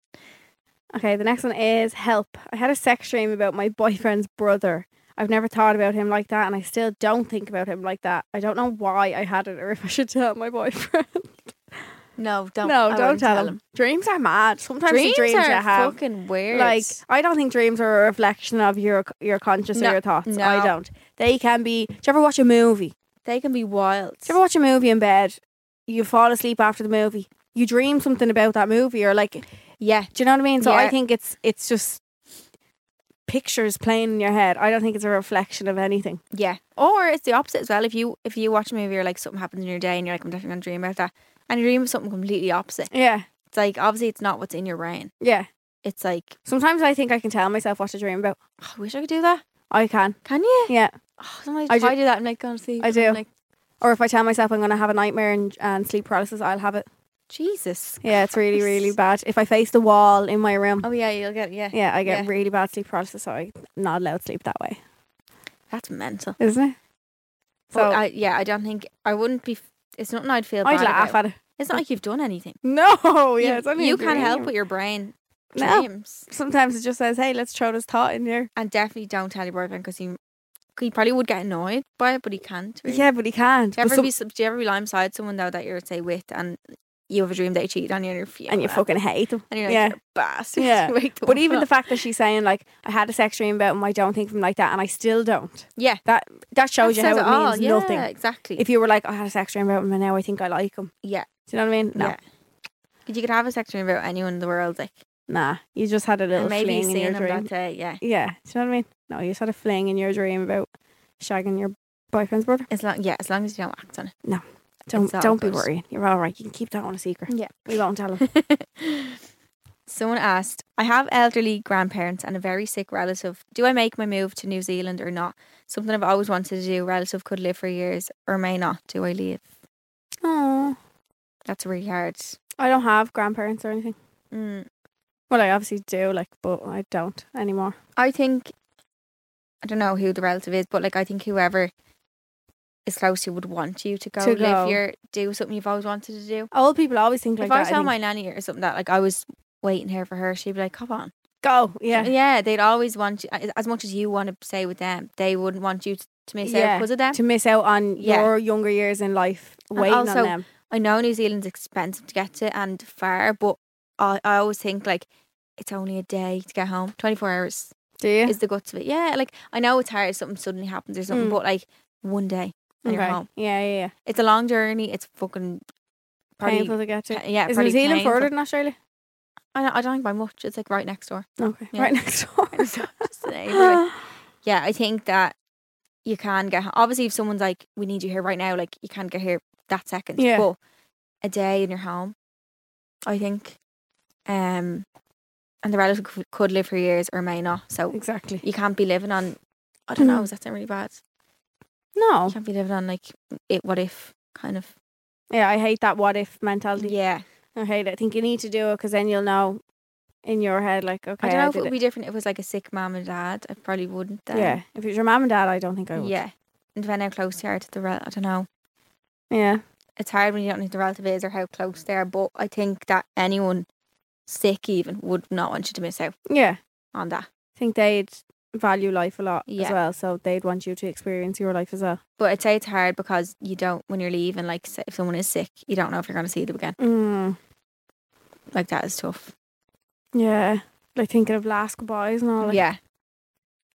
B: Okay, the next one is help. I had a sex dream about my boyfriend's brother. I've never thought about him like that, and I still don't think about him like that. I don't know why I had it, or if I should tell my boyfriend.
C: No, don't. I
B: no,
C: wouldn't
B: don't tell, him. Dreams are mad. Sometimes the dreams
C: are
B: you have,
C: fucking weird.
B: like I don't think dreams are a reflection of your your conscious
C: No,
B: or your thoughts.
C: no.
B: I don't. They can be. Do you ever watch a movie?
C: they can be wild.
B: Do you ever watch a movie in bed? You fall asleep after the movie. You dream something about that movie, or like, do
C: Yeah,
B: you know what I mean? So I
C: Yeah.
B: think it's it's just pictures playing in your head. I don't think it's a reflection of anything.
C: yeah. Or it's the opposite as well. If you if you watch a movie or like something happens in your day and you're like, I'm definitely gonna dream about that, and you dream of something completely opposite.
B: Yeah,
C: It's like obviously it's not what's in your brain.
B: yeah.
C: It's like
B: Sometimes I think I can tell myself what to dream about.
C: oh, I wish I could do that.
B: I can,
C: Can you?
B: yeah.
C: Oh, sometimes
B: I
C: I,
B: do-
C: do that. I'm like going to sleep.
B: I
C: and I'm
B: do.
C: Like
B: Or if I tell myself I'm going to have a nightmare and, and sleep paralysis, I'll have it.
C: Jesus.
B: Yeah, it's really really bad. If I face the wall in my room,
C: Oh yeah, you'll get it. Yeah,
B: yeah, I get
C: yeah.
B: really bad sleep paralysis. So I'm not allowed to sleep that way,
C: that's mental.
B: isn't it?
C: So
B: So
C: I, yeah, I don't think I wouldn't be. It's nothing I'd feel.
B: I'd
C: bad
B: laugh
C: about.
B: at it.
C: It's not like you've done anything.
B: No, yeah,
C: you,
B: it's only a
C: you can't help
B: dream.
C: with your brain
B: No.
C: dreams.
B: sometimes it just says, "Hey, let's throw this thought in there."
C: And definitely don't tell your boyfriend because he he probably would get annoyed by it, but he can't. really.
B: Yeah, but he can't.
C: Do you,
B: But
C: ever
B: some-
C: be, do you ever be alongside someone though that you're say with and you have a dream that you cheated on you and you're fuming
B: and you
C: at
B: fucking hate them.
C: and you're like,
B: yeah.
C: you're a bastard.
B: Yeah.
C: Wake the
B: But even
C: fuck
B: the fact that she's saying like I had a sex dream about him, I don't think of him like that, and I still don't.
C: Yeah.
B: That that shows
C: That
B: you how
C: says
B: it
C: all.
B: means
C: yeah,
B: nothing.
C: Exactly.
B: If you were like I had a sex dream about him, and now I think I like him.
C: yeah.
B: Do you know what I mean? No,
C: Yeah. 'Cause you could have a sex dream about anyone in the world, like
B: nah. You just had a
C: and
B: little
C: maybe
B: fling
C: you've
B: in
C: seen
B: your
C: him
B: dream.
C: that day. Yeah.
B: Yeah. Do you know what I mean? No, you just had a fling in your dream about shagging your boyfriend's brother.
C: As long, yeah, as long as you don't act on it.
B: Don't
C: It's all
B: don't be
C: good. Mm.
B: worrying. You're all right. You can keep that one a secret.
C: Yeah.
B: We won't tell him.
C: Someone asked, I have elderly grandparents and a very sick relative. Do I make my move to New Zealand or not? Something I've always wanted to do. Relative could live for years or may not. Do I leave?
B: Oh,
C: That's really hard.
B: I don't have grandparents or anything.
C: Mm.
B: Well, I obviously do, like, but I don't anymore.
C: I think, I don't know who the relative is, but like, I think whoever is close to you would want you to go
B: To
C: live
B: go.
C: your, do something you've always wanted to do.
B: Old people always think like
C: if
B: that.
C: I
B: I
C: saw
B: think.
C: my nanny or something that like I was waiting here for her, she'd be like, "Come on,
B: go, yeah,
C: yeah." They'd always want you, as much as you want to stay with them, they wouldn't want you to, to miss out
B: Yeah.
C: because of them.
B: to miss out on
C: Yeah.
B: your younger years in life, waiting
C: also-
B: on them.
C: I know New Zealand's expensive to get to and far, but I, I always think like it's only a day to get home. Twenty four hours
B: Do you?
C: is the guts of it. Yeah, like I know it's hard if something suddenly happens or something,
B: Mm.
C: but like one day and you're home.
B: Yeah, yeah, yeah.
C: It's a long journey. It's fucking probably,
B: painful to get to.
C: yeah.
B: is New
C: probably
B: Zealand
C: painful.
B: further than Australia?
C: I don't, I don't think by much. It's like right next door.
B: Okay,
C: Yeah.
B: right next door.
C: Just the neighbour, like, yeah, I think that you can get obviously if someone's like, "We need you here right now," like you can't get here that second.
B: Yeah.
C: But a day in your home, I think, um, and the relative c- could live for years or may not. So
B: exactly.
C: you can't be living on. I don't know.
B: Mm.
C: Is that sound really bad? You
B: No,
C: can't be living on like it. What if? Kind of.
B: yeah, I hate that what if mentality.
C: Yeah.
B: I hate it. I think you need to do it because then you'll know in your head, like, okay,
C: I don't know if
B: did
C: it would
B: it.
C: be different. If it was like a sick mom and dad. I probably wouldn't. Then.
B: yeah. If it's your mom and dad, I don't think I would.
C: Yeah. And depending how close you are to the rel, I don't know.
B: yeah.
C: it's hard when you don't know who the relative is or how close they are, but I think that anyone sick even would not want you to miss out
B: Yeah.
C: on that.
B: think they'd value life a lot as
C: Yeah.
B: well. So they'd want you to experience your life as well.
C: But I'd say it's hard because you don't when you're leaving, like say if someone is sick, you don't know if you're gonna see them again.
B: Mm,
C: Like that is tough.
B: yeah. Like thinking of last goodbyes and all that.
C: yeah.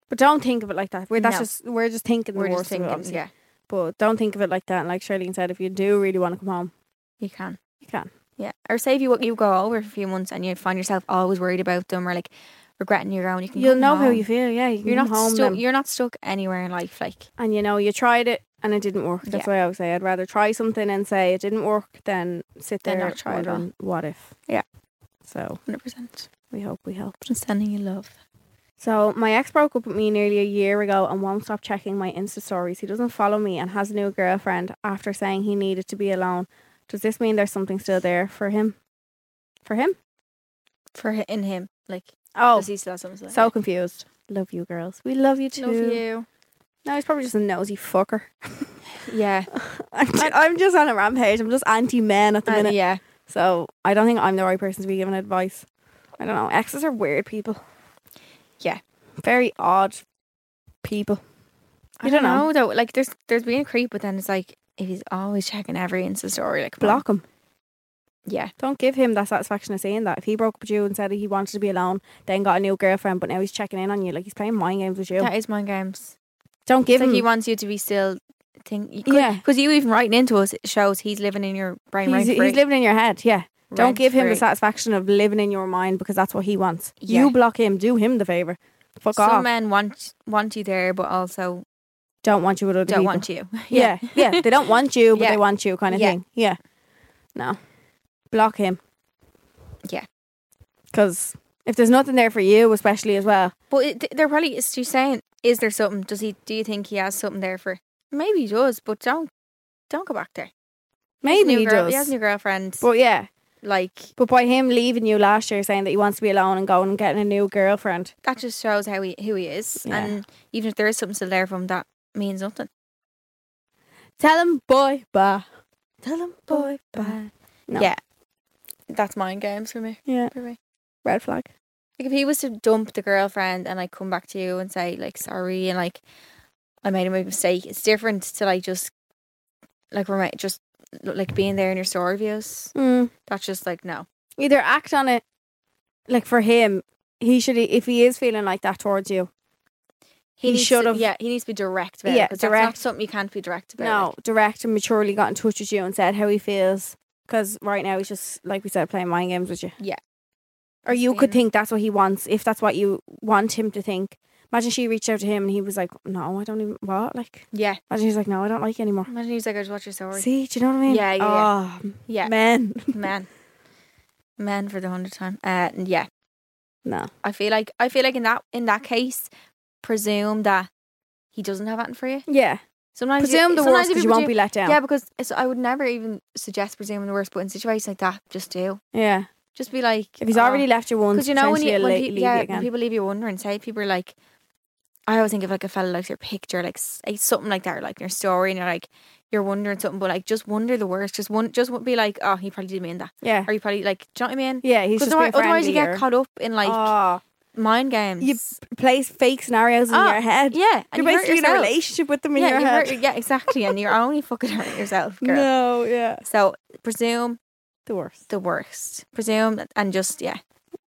B: But don't think of it like that. We're that's
C: No.
B: just we're just thinking the
C: We're
B: worst
C: just
B: of it,
C: thinking,
B: obviously.
C: yeah,
B: But don't think of it like that. And like Shirley said, if you do really want to come home,
C: you can.
B: you can.
C: Yeah. Or say if you you go over for a few months and you find yourself always worried about them or like regretting your own, you can
B: You'll
C: come
B: know how
C: home.
B: you feel, yeah. You can
C: you're
B: come
C: not
B: home
C: stuck
B: then.
C: you're not stuck anywhere in life, like
B: and you know, you tried it and it didn't work. That's
C: Yeah.
B: why I would say I'd rather try something and say it didn't work than sit
C: Than
B: there
C: not try at all.
B: wondering what if.
C: Yeah.
B: So
C: hundred percent.
B: we hope we help.
C: Just sending you love.
B: So my ex broke up with me nearly a year ago and won't stop checking my Insta stories. He doesn't follow me and has a new girlfriend after saying he needed to be alone. Does this mean there's something still there for him? For him?
C: For hi- in him. Like
B: Oh,
C: does he still have something to
B: so
C: say?
B: confused. Love you girls. We love you too.
C: love you.
B: No, he's probably just a nosy fucker.
C: Yeah.
B: I'm just, I'm just on a rampage. I'm just anti men at the
C: Uh,
B: minute.
C: yeah.
B: So I don't think I'm the right person to be giving advice. I don't know. Exes are weird people.
C: Yeah.
B: Very odd people.
C: I don't know. though. Like there's there's being a creep, but then it's like if he's always checking every Insta story, like come on.
B: Block him.
C: Yeah.
B: Don't give him that satisfaction of saying that. If he broke up with you and said he wanted to be alone, then got a new girlfriend, but now he's checking in on you, like he's playing mind games with you.
C: That is mind games.
B: Don't give
C: It's like he
B: him.
C: wants you to be still think you could,
B: Yeah.
C: Because you even writing into us it shows he's living in your brain
B: he's,
C: rent
B: he's
C: free.
B: living in your head. Yeah. Don't
C: Rent
B: give him the
C: free.
B: satisfaction of living in your mind because that's what he wants.
C: Yeah.
B: You block him. Do him the favor. Fuck
C: Some
B: off.
C: men want want you there but also
B: don't want you with other
C: don't
B: people.
C: want you.
B: Yeah. yeah. They don't want you, but
C: Yeah.
B: they want you, kind of
C: Yeah.
B: thing. Yeah. No. Block him.
C: Yeah.
B: Because if there's nothing there for you, especially as well,
C: But it, they're probably it's just saying, is there something? Does he do you think he has something there for maybe he does, but don't don't go back there. He has a
B: maybe
C: new
B: he
C: girl-
B: does.
C: He has a new girlfriend.
B: but yeah.
C: like
B: But by him leaving you last year, saying that he wants to be alone and going and getting a new girlfriend,
C: that just shows how he who he is.
B: Yeah.
C: And even if there is something still there from that means nothing.
B: tell him boy bye.
C: Tell him
B: boy, bye. No.
C: Yeah. That's mind games for me.
B: Yeah,
C: For me.
B: red flag.
C: Like if he was to dump the girlfriend and like come back to you and say like sorry and like I made a big mistake, it's different to like just like remi- just like being there in your store reviews.
B: Mm.
C: That's just like no.
B: Either act on it, like for him, he should, if he is feeling like that towards you, He
C: needs to-
B: should've-
C: Yeah, he needs to be direct about
B: Yeah,
C: it. 'cause That's
B: direct.
C: not something you can't be direct about.
B: no,
C: like.
B: direct and maturely got in touch with you and said how he feels. Because right now he's just, like we said, playing mind games with you.
C: Yeah.
B: Or you
C: Being-
B: could think that's what he wants, if that's what you want him to think. Imagine she reached out to him and he was like, no, I don't even, what? Like,
C: Yeah.
B: imagine he's like, no, I don't like you anymore.
C: Imagine he's like, I just watch your story.
B: See, do you know what I mean?
C: Yeah, yeah, yeah.
B: Oh,
C: Yeah.
B: man.
C: Man. Man for the hundredth time. Uh, and yeah.
B: No.
C: I feel like I feel like in that in that case, presume that he doesn't have anything for you.
B: Yeah.
C: Sometimes
B: Presume
C: you,
B: the
C: sometimes
B: worst
C: if
B: because you won't
C: presume-
B: be let down.
C: Yeah, because it's, I would never even suggest presuming the worst, but in situations like that, just do.
B: Yeah.
C: Just be like,
B: If he's
C: "Oh."
B: already left you once,
C: Because you know when you
B: potentially
C: when
B: he'll
C: pe-
B: le- leave
C: yeah,
B: you
C: when
B: again.
C: people leave you wondering, say people are like, I always think of like a fella likes your picture, like s- like something like that, or like your story, and you're like, you're wondering something, but like just wonder the worst, just one, just be like, oh, he probably didn't mean that,
B: yeah.
C: or you probably like, do you know what I mean?
B: Yeah, he's
C: Because
B: just
C: otherwise,
B: being
C: otherwise you
B: friendly
C: get
B: or-
C: caught up in like
B: oh,
C: mind games.
B: you place fake scenarios in
C: Oh,
B: your head.
C: yeah, and
B: You're
C: you hurt
B: basically in a
C: yourself.
B: relationship with them in
C: yeah,
B: your
C: you
B: head.
C: hurt your- yeah, exactly, and you're only fucking hurting yourself, girl.
B: No, yeah.
C: So presume
B: The worst.
C: the worst, presume and just yeah,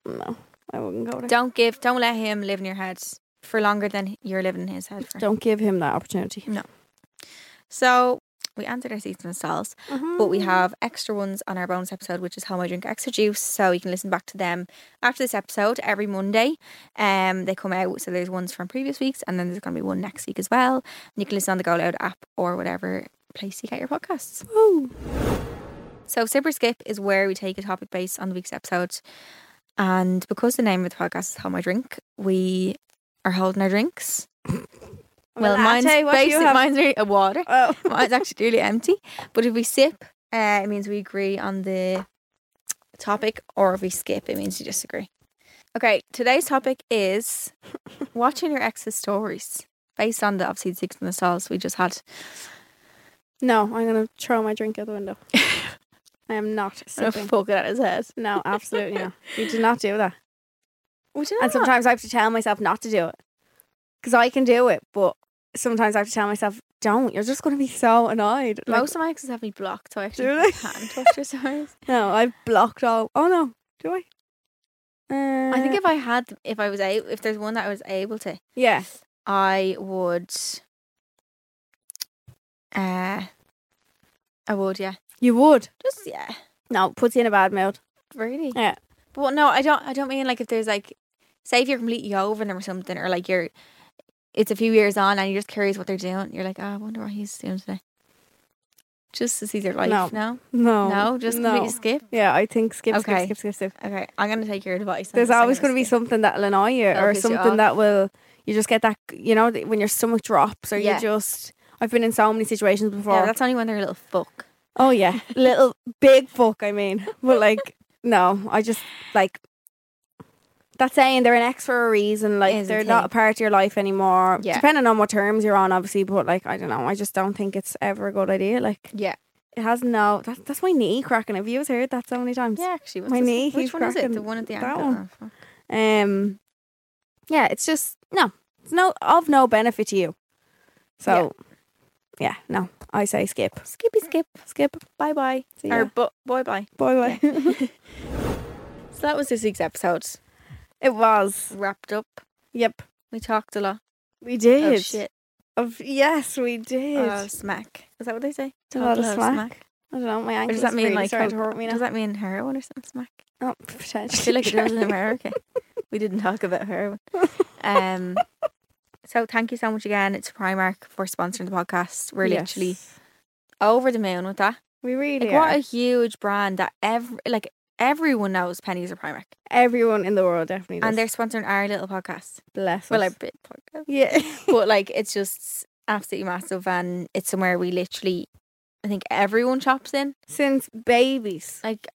B: No, I wouldn't go there.
C: don't give, don't let him live in your head for longer than you're living in his head for.
B: Don't give him that opportunity.
C: So we answered our season ourselves, but we
B: Mm-hmm.
C: have extra ones on our bonus episode, which is how I drink extra juice. So you can listen back to them after this episode every Monday. Um, they come out. So there's ones from previous weeks, and then there's going to be one next week as well. And you can listen on the Go Loud app or whatever place you get your podcasts.
B: Ooh.
C: So Sip or Skip is where we take a topic based on the week's episode. And because the name of the podcast is How I Drink, we are holding our drinks. Well, mine's
B: latte, what do you
C: basic,
B: have?
C: mine's really- a water.
B: Oh.
C: Mine's actually really empty. But if we sip, uh, it means we agree on the topic, or if we skip, it means you disagree. Okay, today's topic is watching your ex's stories based on the obviously six and the stalls we just had.
B: No, I'm going to throw my drink out the window. I am not
C: So
B: sipping.
C: fuck it at his head.
B: No, absolutely not. You do not do that.
C: Would you
B: And
C: not?
B: sometimes I have to tell myself not to do it because I can do it, but sometimes I have to tell myself, "Don't." You're just going to be so annoyed. Like,
C: Most of my exes have me blocked, so I actually
B: Do they?
C: can't watch your stories.
B: no, I've blocked all. Oh no, do I? Uh,
C: I think if I had, if I was able, if there's one that I was able to,
B: yeah,
C: I would. Uh, I would, yeah.
B: you would.
C: Just yeah,
B: No, it puts you in a bad mood.
C: really.
B: Yeah.
C: But what- no, I don't. I don't mean like if there's like, say if you're completely over them or something, or like you're, it's a few years on and you're just curious what they're doing. You're like, oh, I wonder what he's doing today. Just to see their life.
B: No.
C: No, no,
B: No,
C: just
B: no.
C: completely skip.
B: Yeah, I think skip,
C: Okay.
B: skip, skip, skip, skip.
C: Okay, I'm gonna take your advice. on
B: There's
C: this. I'm
B: always
C: gonna
B: going to be
C: skip.
B: something that'll annoy you,
C: That'll
B: or
C: piss you
B: something
C: off.
B: that will. You just get that, you know, th- when your stomach drops, or
C: Yeah.
B: you just. I've been in so many situations before.
C: Yeah, that's only when they're a little fuck.
B: Oh yeah, little big fuck. I mean, but like, no, I just like that saying they're an ex for a reason. Like
C: Is a
B: they're not
C: thing.
B: a part of your life anymore.
C: Yeah.
B: Depending on what terms you're on, obviously. But like, I don't know. I just don't think it's ever a good idea. Like
C: Yeah,
B: it has no. That's that's my knee cracking. Have you heard that so many times?
C: yeah. Actually, what's
B: My
C: this-
B: knee
C: Which
B: keeps
C: one is it? The
B: cracking.
C: one at the
B: That
C: ankle.
B: one.
C: Oh, fuck.
B: Um. Yeah, it's just no. It's no of no benefit to you. So, yeah, no. I say skip,
C: Skippy skip.
B: skip. Bye bye. See ya.
C: Or bu- bye bye.
B: bye bye.
C: So that was this week's episode.
B: it was.
C: Wrapped up.
B: Yep.
C: We talked a lot.
B: We did.
C: Oh shit.
B: Of yes, we did.
C: Oh smack. Is that what they say?
B: a lot
C: Talked
B: of smack. I don't know. My ankle
C: does that mean,
B: really
C: like,
B: started
C: how-
B: to hurt me now.
C: Does that mean heroin or something? Smack.
B: oh,
C: I
B: potentially.
C: feel like it does in America. We didn't talk about heroin. Um. So thank you so much again to Primark for sponsoring the podcast. We're
B: Yes.
C: literally over the moon with that.
B: we really
C: Like
B: are.
C: what a huge brand that every like everyone knows pennies are Primark.
B: everyone in the world definitely does.
C: And they're sponsoring our little podcast.
B: blessed.
C: Well, our big podcast.
B: yeah,
C: but like it's just absolutely massive and it's somewhere we literally I think everyone shops in.
B: since babies.
C: Like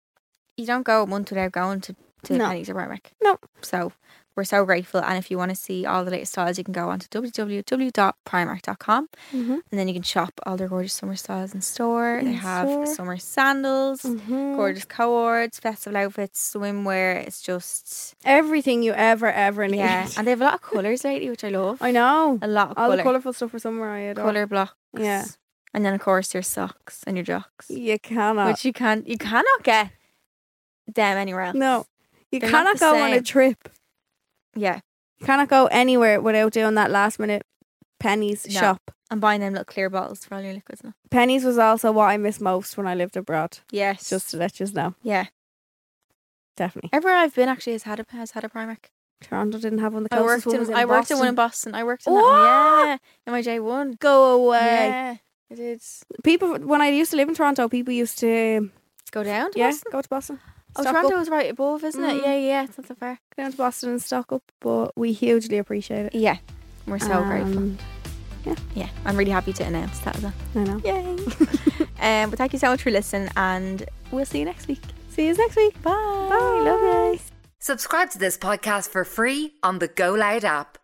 C: you don't go a month without going to, to
B: No.
C: Penny's or Primark.
B: No.
C: So we're so grateful and if you want to see all the latest styles you can go on to www.primark.com
B: Mm-hmm.
C: and then you can shop all their gorgeous summer styles in store.
B: In
C: they have
B: store. Mm-hmm.
C: summer sandals, gorgeous cohorts, festival outfits, swimwear. It's just
B: Everything you ever ever need.
C: yeah, and they have a lot of colours lately, which I love.
B: I know.
C: A lot of
B: All
C: colour,
B: the
C: colour,
B: colorful stuff for somewhere I adore.
C: colour blocks.
B: Yeah.
C: And then of course your socks and your jocks,
B: You cannot.
C: which you can't you cannot get them anywhere else.
B: no, you
C: They're not
B: cannot
C: the
B: go on a
C: same.
B: trip.
C: Yeah,
B: You cannot go anywhere without doing that last minute pennies
C: No.
B: shop.
C: I'm buying them little clear bottles for all your liquids. Now.
B: Pennies was also what I missed most when I lived abroad.
C: Yes,
B: Just to let you know,
C: yeah.
B: definitely.
C: Everywhere I've been actually has had a has had a Primark.
B: Toronto didn't have one. The
C: I
B: closest
C: worked
B: one
C: in,
B: was in
C: I worked in one in
B: Boston.
C: Boston. I worked in that one. Yeah, in my J one. Go
B: away.
C: Yeah, I did.
B: People when I used to live in Toronto, people used to
C: Go down. To
B: yeah
C: Boston?
B: go to Boston.
C: Oh,
B: stock
C: Toronto
B: up,
C: was right above, isn't it?
B: Mm.
C: Yeah, yeah. It's not that far.
B: down to Boston and stock up, but we hugely appreciate it.
C: Yeah, we're so grateful.
B: Um,
C: Yeah, I'm really happy to announce that. As well.
B: I know.
C: Yay! um, but thank you so much for listening, and we'll see you next week.
B: See you next week.
C: Bye.
B: Bye. Love you.
A: Subscribe to this podcast for free on the Go Loud app.